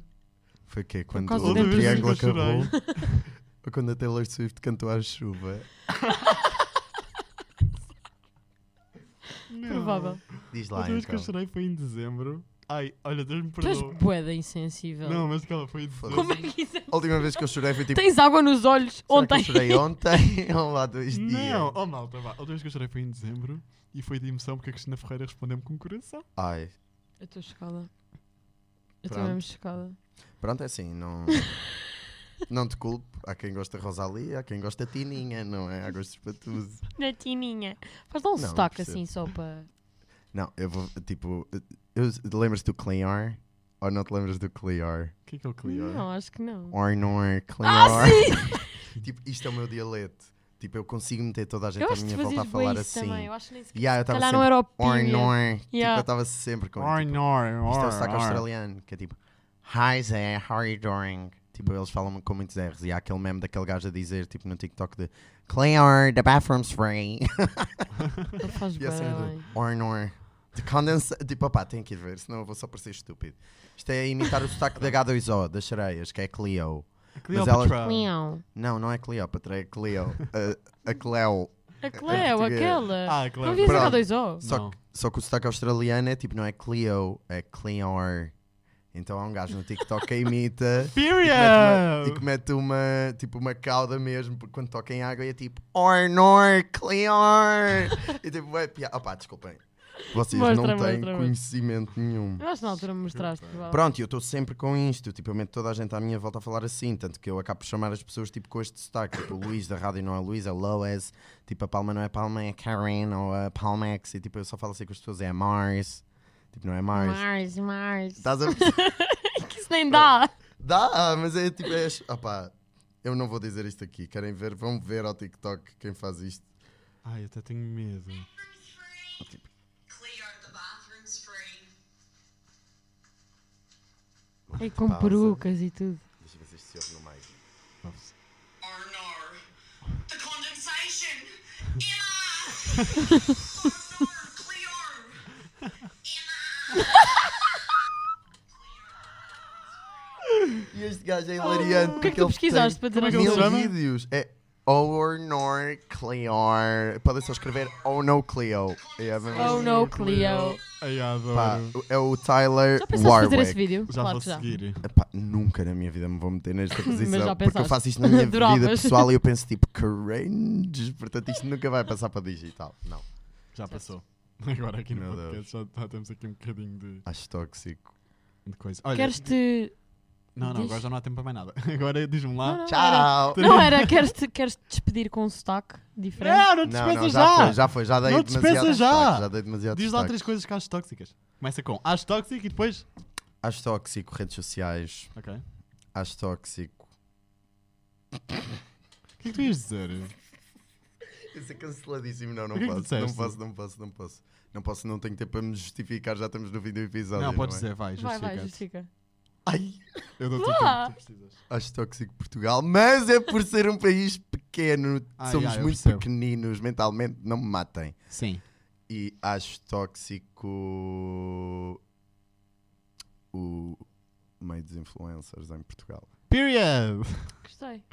Foi o quê? Quando causa o da- triângulo Eu chorei. acabou? Ou quando a Taylor Swift cantou à chuva? Não. Provável. Diz A lá, última vez que então. eu chorei foi em dezembro. Ai, olha, Deus me Tu és perdoa. boeda insensível. Não, mas calma, foi em dezembro. Como é que isso é? A última vez que eu chorei foi tipo. Tens água nos olhos será que ontem. eu chorei ontem ou há dois dias? Não, oh malta, vá. A última vez que eu chorei foi em dezembro e foi de emoção porque a Cristina Ferreira respondeu-me com o coração. Ai, Eu estou chocada. Eu estou Pronto. mesmo chocada. pronto, é assim, não. Não te culpo. Há quem gosta de Rosalia, há quem gosta de Tininha, não é? Há gostos para tudo. Na tininha. Faz lá um Não, sotaque percebo. assim só para. Não, eu vou, tipo. Eu, lembras do Clear? Ou não te lembras do Clear? O que é que é o Clear? Não, acho que não. Ornor, Clear. Ah, sim! Tipo, isto é o meu dialeto. Tipo, eu consigo meter toda a gente Eu à acho que tá tu minha volta a fazias bem falar isso assim. também. Eu acho que nem sequer. Yeah, eu estava calhar não sempre. era o period. Ornor. Tipo, Yeah. eu estava sempre com. Ai, tipo, não, Isto é o ai, sotaque ai. australiano, que é tipo Hi Zé, how are you doing? Tipo, eles falam com muitos R's e há aquele meme daquele gajo a dizer, tipo, no TikTok de Clear, the bathroom's free. Ele faz E a cena bué bem. do Ornor. De condensa... Tipo, opá, tenho que ir ver, senão eu vou só parecer estúpido. Isto é imitar o sotaque da H2O, das sereias, que é Cleo. Cleopatra. Leão. Não, não é Cleópatra, é Cleo. A, a Cleo. A Cleo, É português. aquela. Não Ah, assim claro. vias a Pronto. K2O? Só Não. que, só que o sotaque australiano é tipo, não é Cleo, é Cleor. Então há um gajo no TikTok que imita. E Period! que tipo, mete uma, tipo, uma cauda mesmo, porque quando toca em água é tipo Ornor, Cleor. e tipo, é piada. Opá, desculpem. Vocês Mostra, não têm mostra, conhecimento nenhum. Eu acho que na altura me mostraste. vá. Pronto, e eu estou sempre com isto. Tipo, eu meto toda a gente à minha volta a falar assim. Tanto que eu acabo por chamar as pessoas tipo, com este sotaque. Tipo, o Luís da rádio não é Luís, é Loes. Tipo, a Palma não é Palma, é Karen ou a Palmex. E tipo, eu só falo assim com as pessoas, é Mars. Tipo, não é Mars. Mars, Mars. Estás a Que isso nem dá. Dá, mas é tipo. É, opá, eu não vou dizer isto aqui. Querem ver? Vão ver ao TikTok quem faz isto. Ai, até tenho medo. Cleo, the bathroom's free. E É com Pausa. perucas e tudo. Deixa eu ver se isto se ouve no meio. Arnar. The condensation. Emma. Arnar, Cleo. Emma. E este gajo é hilariante. O que é que tu pesquisaste para ter Como é que aquilo? ele se mil chama? vídeos. É Ornor Cleor. Podem só escrever Oh No Cleo. É a mesma Oh no, Cleo. Ai, Pá, adoro. é o Tyler Já pensaste fazer esse Warwick. vídeo? Já claro vou que já. seguir. Epá, nunca na minha vida me vou meter nesta já posição. porque eu pensaste. faço isto na minha vida Adoravas. pessoal e eu penso tipo cringe. Portanto, isto nunca vai passar para digital. Não. Já passou. Agora aqui no Meu Deus. podcast já, já temos aqui um bocadinho de, Acho tóxico. de coisa. Olha, Queres-te. não, não, diz? agora já não há tempo para mais nada. Agora diz-me Não, lá. não, era- Tchau! Não era, queres-te queres despedir com um sotaque diferente? não Não, não, despeças já foi, já foi, já dei Não demasiado dispensa já. destaque, já dei demasiado Diz lá destaque. três coisas que achas tóxicas. Começa com acho tóxico e depois. Acho tóxico redes sociais, Ok. O acho tóxico... que é que tu ias dizer? Isso é canceladíssimo, não, não O que é que tu posso, não disseste? posso, não posso, não posso. Não posso, não tenho tempo para me justificar, já estamos no fim do episódio, Não, não, podes é? dizer, vai, Vai, vai, justifica. justifica. Ai, Eu dou-te o Vá. tempo que tu precisas. acho tóxico Portugal, mas é por ser um país pequeno, Ai, somos ai, eu muito percebo. pequeninos mentalmente, não me matem. Sim. E acho tóxico... o meio dos influencers em Portugal. Period! Gostei.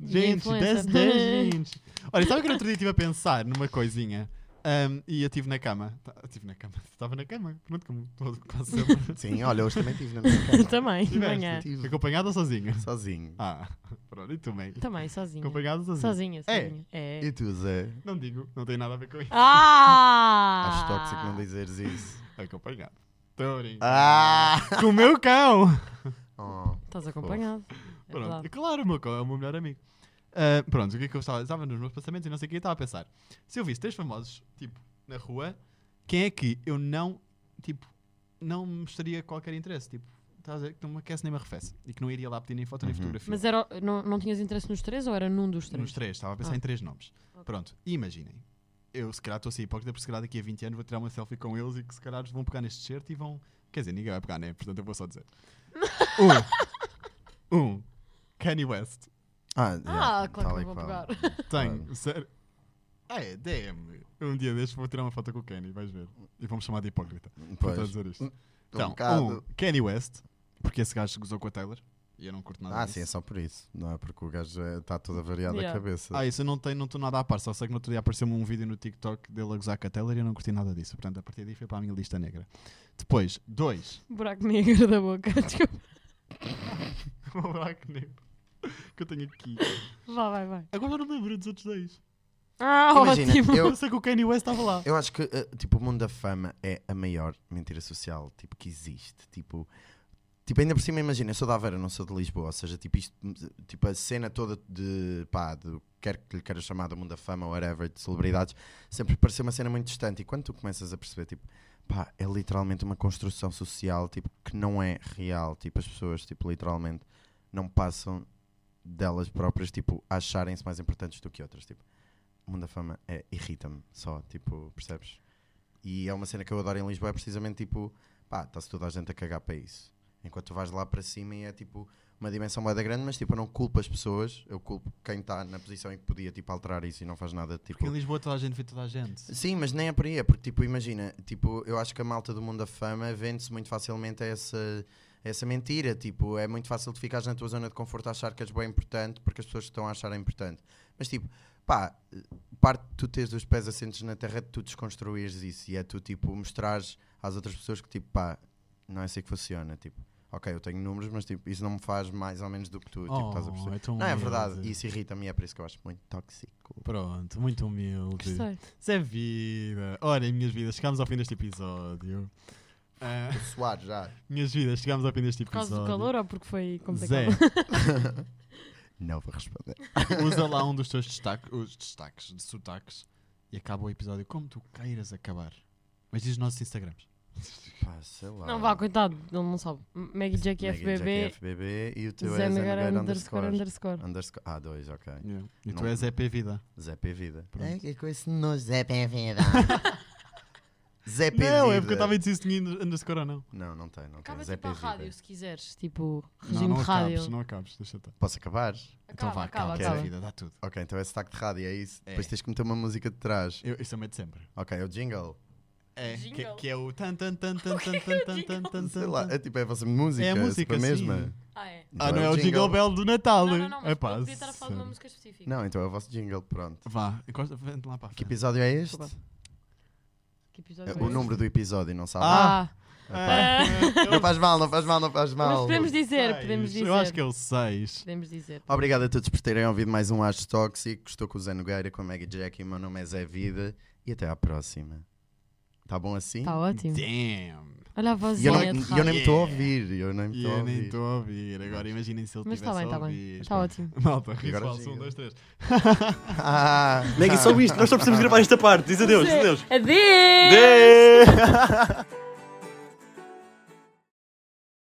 Gente, influencer. 10 10, gente. Olha, sabe que no outro dia estive a pensar numa coisinha Ahm, e eu estive na cama. Tá- eu Estive na cama. Estava na cama. Pronto, como todo- quase sempre. Sim, olha, hoje também estive na minha casa. Também, de Tiveste, manhã. tive. Acompanhada ou sozinha? Sozinho. Ah, pronto, e tu bem. Também, sozinha. Acompanhada ou sozinha? Sozinha, É. sozinha. É. E tu, Zé? Não digo, não tem nada a ver com isso. Ah! Acho tóxico não dizeres isso. Acompanhado. Estou a brincar. Ah! Com o meu cão! Oh, Estás acompanhado. É Pronto, verdade. e claro, o meu cão é o meu melhor amigo. Ah, pronto, o que é que eu estava? Estava nos meus pensamentos e não sei o que eu estava a pensar. Se eu visse três famosos, tipo, na rua, quem é que eu não, tipo, não mostraria qualquer interesse? Tipo, estás a ver que não me aquece nem me arrefece e que não iria lá pedir nem foto nem Uhum. fotografia. Mas era, não, não tinhas interesse nos três ou era num dos três? Nos três, estava a pensar Ah. em três nomes. Pronto, e imaginem. Eu, se calhar, estou a ser hipócrita, porque se calhar daqui a 20 anos vou tirar uma selfie com eles e que se calhar vão pegar neste shirt e vão. Quer dizer, ninguém vai pegar, né? Portanto, eu vou só dizer. um. Um. Kanye West. Ah, Ah, yeah, claro tal que e não vou qual. pegar. Tenho, sério. Ah, é, DM. Um dia destes vou tirar uma foto com o Kenny, vais ver. E vamos chamar de hipócrita. Por estar a Pois. dizer isto. Um Então, bocado. um, Kenny West, porque esse gajo gozou com a Taylor. E eu não curto nada. Ah, disso. sim, é só por isso. Não é porque o gajo está toda variada Yeah. a cabeça. Ah, isso eu não tenho, não estou nada à par. Só sei que no outro dia apareceu-me um vídeo no TikTok dele a gozar com a Taylor e eu não curti nada disso. Portanto, a partir daí foi para a minha lista negra. Depois, dois. Buraco negro da boca. Desculpa. o buraco negro que eu tenho aqui. Vá, vai, vai. Agora não me lembro dos outros dois. Ah, Imagina, ótimo. Eu, eu, sei que o Kanye West estava lá. eu acho que eh, tipo, o mundo da fama é a maior mentira social tipo, que existe. Tipo, tipo, ainda por cima, imagina, eu sou da Aveira, não sou de Lisboa. Ou seja, tipo, isto, tipo a cena toda de pá, do quer que lhe queiras chamar do mundo da fama, whatever, de celebridades, sempre pareceu uma cena muito distante. E quando tu começas a perceber, tipo, pá, é literalmente uma construção social tipo, que não é real. Tipo, as pessoas, tipo, literalmente não passam delas próprias, tipo, a acharem-se mais importantes do que outras. Tipo, o mundo da fama é, irrita-me só, tipo, percebes? E é uma cena que eu adoro em Lisboa, é precisamente tipo, pá, está-se toda a gente a cagar para isso. Enquanto tu vais lá para cima e é tipo uma dimensão bem grande, mas tipo, eu não culpo as pessoas, eu culpo quem está na posição em que podia tipo, alterar isso e não faz nada. Tipo, Porque em Lisboa toda a gente vê toda a gente. Sim, mas nem é por aí, é porque, tipo, imagina, tipo, eu acho que a malta do mundo da fama vende-se muito facilmente a essa, a essa mentira, tipo, é muito fácil de ficares na tua zona de conforto a achar que és bem importante porque as pessoas te estão a achar importante. Mas, tipo, pá, parte de tu teres os pés assentes na terra, é de tu desconstruires isso e é tu, tipo, mostrares às outras pessoas que, tipo, pá, não é assim que funciona, tipo, ok, eu tenho números, mas, tipo, isso não me faz mais ou menos do que tu, tipo, estás a Oh, perceber. é tão não, é humilde. verdade, e isso irrita-me e é por isso que eu acho muito tóxico. Pronto, muito humilde. Gostei. Isso é vida. Olhem, minhas vidas, chegámos ao fim deste episódio. Ah, Vou Suar já. minhas vidas, chegámos ao fim deste Por causa episódio. do calor ou porque foi Zé, complicado? Não vou responder. usa lá um dos teus destaques, os destaques, de sotaques, e acaba o episódio como tu queiras acabar. Mas diz os nossos Instagrams. Pá, sei lá. Não, vá, coitado. Ele não sabe. Maggie Jack Maggie Jack FBB. FBB e o teu Zé é Zé Nogueira Nogueira underscore underscore. underscore. Underscore. Ah, dois, ok. E tu Não. és EP Vida. Zé P Vida. Pronto. que com esse nojo Zé P Vida. Zé P Vida. Não, é porque eu estava a dizer se tinha under- underscore ou não. Não, não tem, não Acaba tem. Zé tipo P a Vida. rádio, se quiseres. Tipo, não, regime não rádio. acabes, não acabes, deixa estar. Posso acabar? Então vá, acaba, acaba. Zé Vida, dá tudo. Ok, então é sotaque de rádio, é isso. É. Depois tens que meter uma música de trás. Eu, isso é meio de sempre. Ok, é o jingle. É, que, Jingle. que é o tan tan tan tan tan tan tan tan tan Sei lá, é tipo, é a vossa música. É a música, sempre a sim. mesma. Ah, é. Ah, Então não é o Jingle Bell do Natal. Não, não, não, mas Epá, eu podia estar a falar de uma sério. música específica. é Não, então é o vosso jingle, pronto. Vá, encosta, vem lá para a Que frente. episódio é este? Desculpa. Que episódio É, foi O esse? número do episódio, não sabe? Ah, Epá. é. Não faz mal, não faz mal, não faz mal. mas podemos dizer, podemos Seis. dizer. Eu acho que é o 6. Podemos dizer. Obrigado a todos por terem ouvido mais um Acho Tóxico. Estou com o Zé Nogueira, com a Maggie Jack. O meu nome é Zé Vida. E até à próxima. Tá bom assim? Está ótimo. Damn. Olha a E eu, vozinha não, de e eu nem me rádio. estou a ouvir. Eu nem me E estou a eu nem ouvir. estou a ouvir. Agora imaginem se ele Mas está tivesse bem, a está bem. ouvir. Está ótimo. Malta, E agora ritual, chega. 1, 2, 3. Ah, Maggie, só isto. Nós só precisamos gravar esta parte. Diz adeus, adeus. Adeus. Adeus.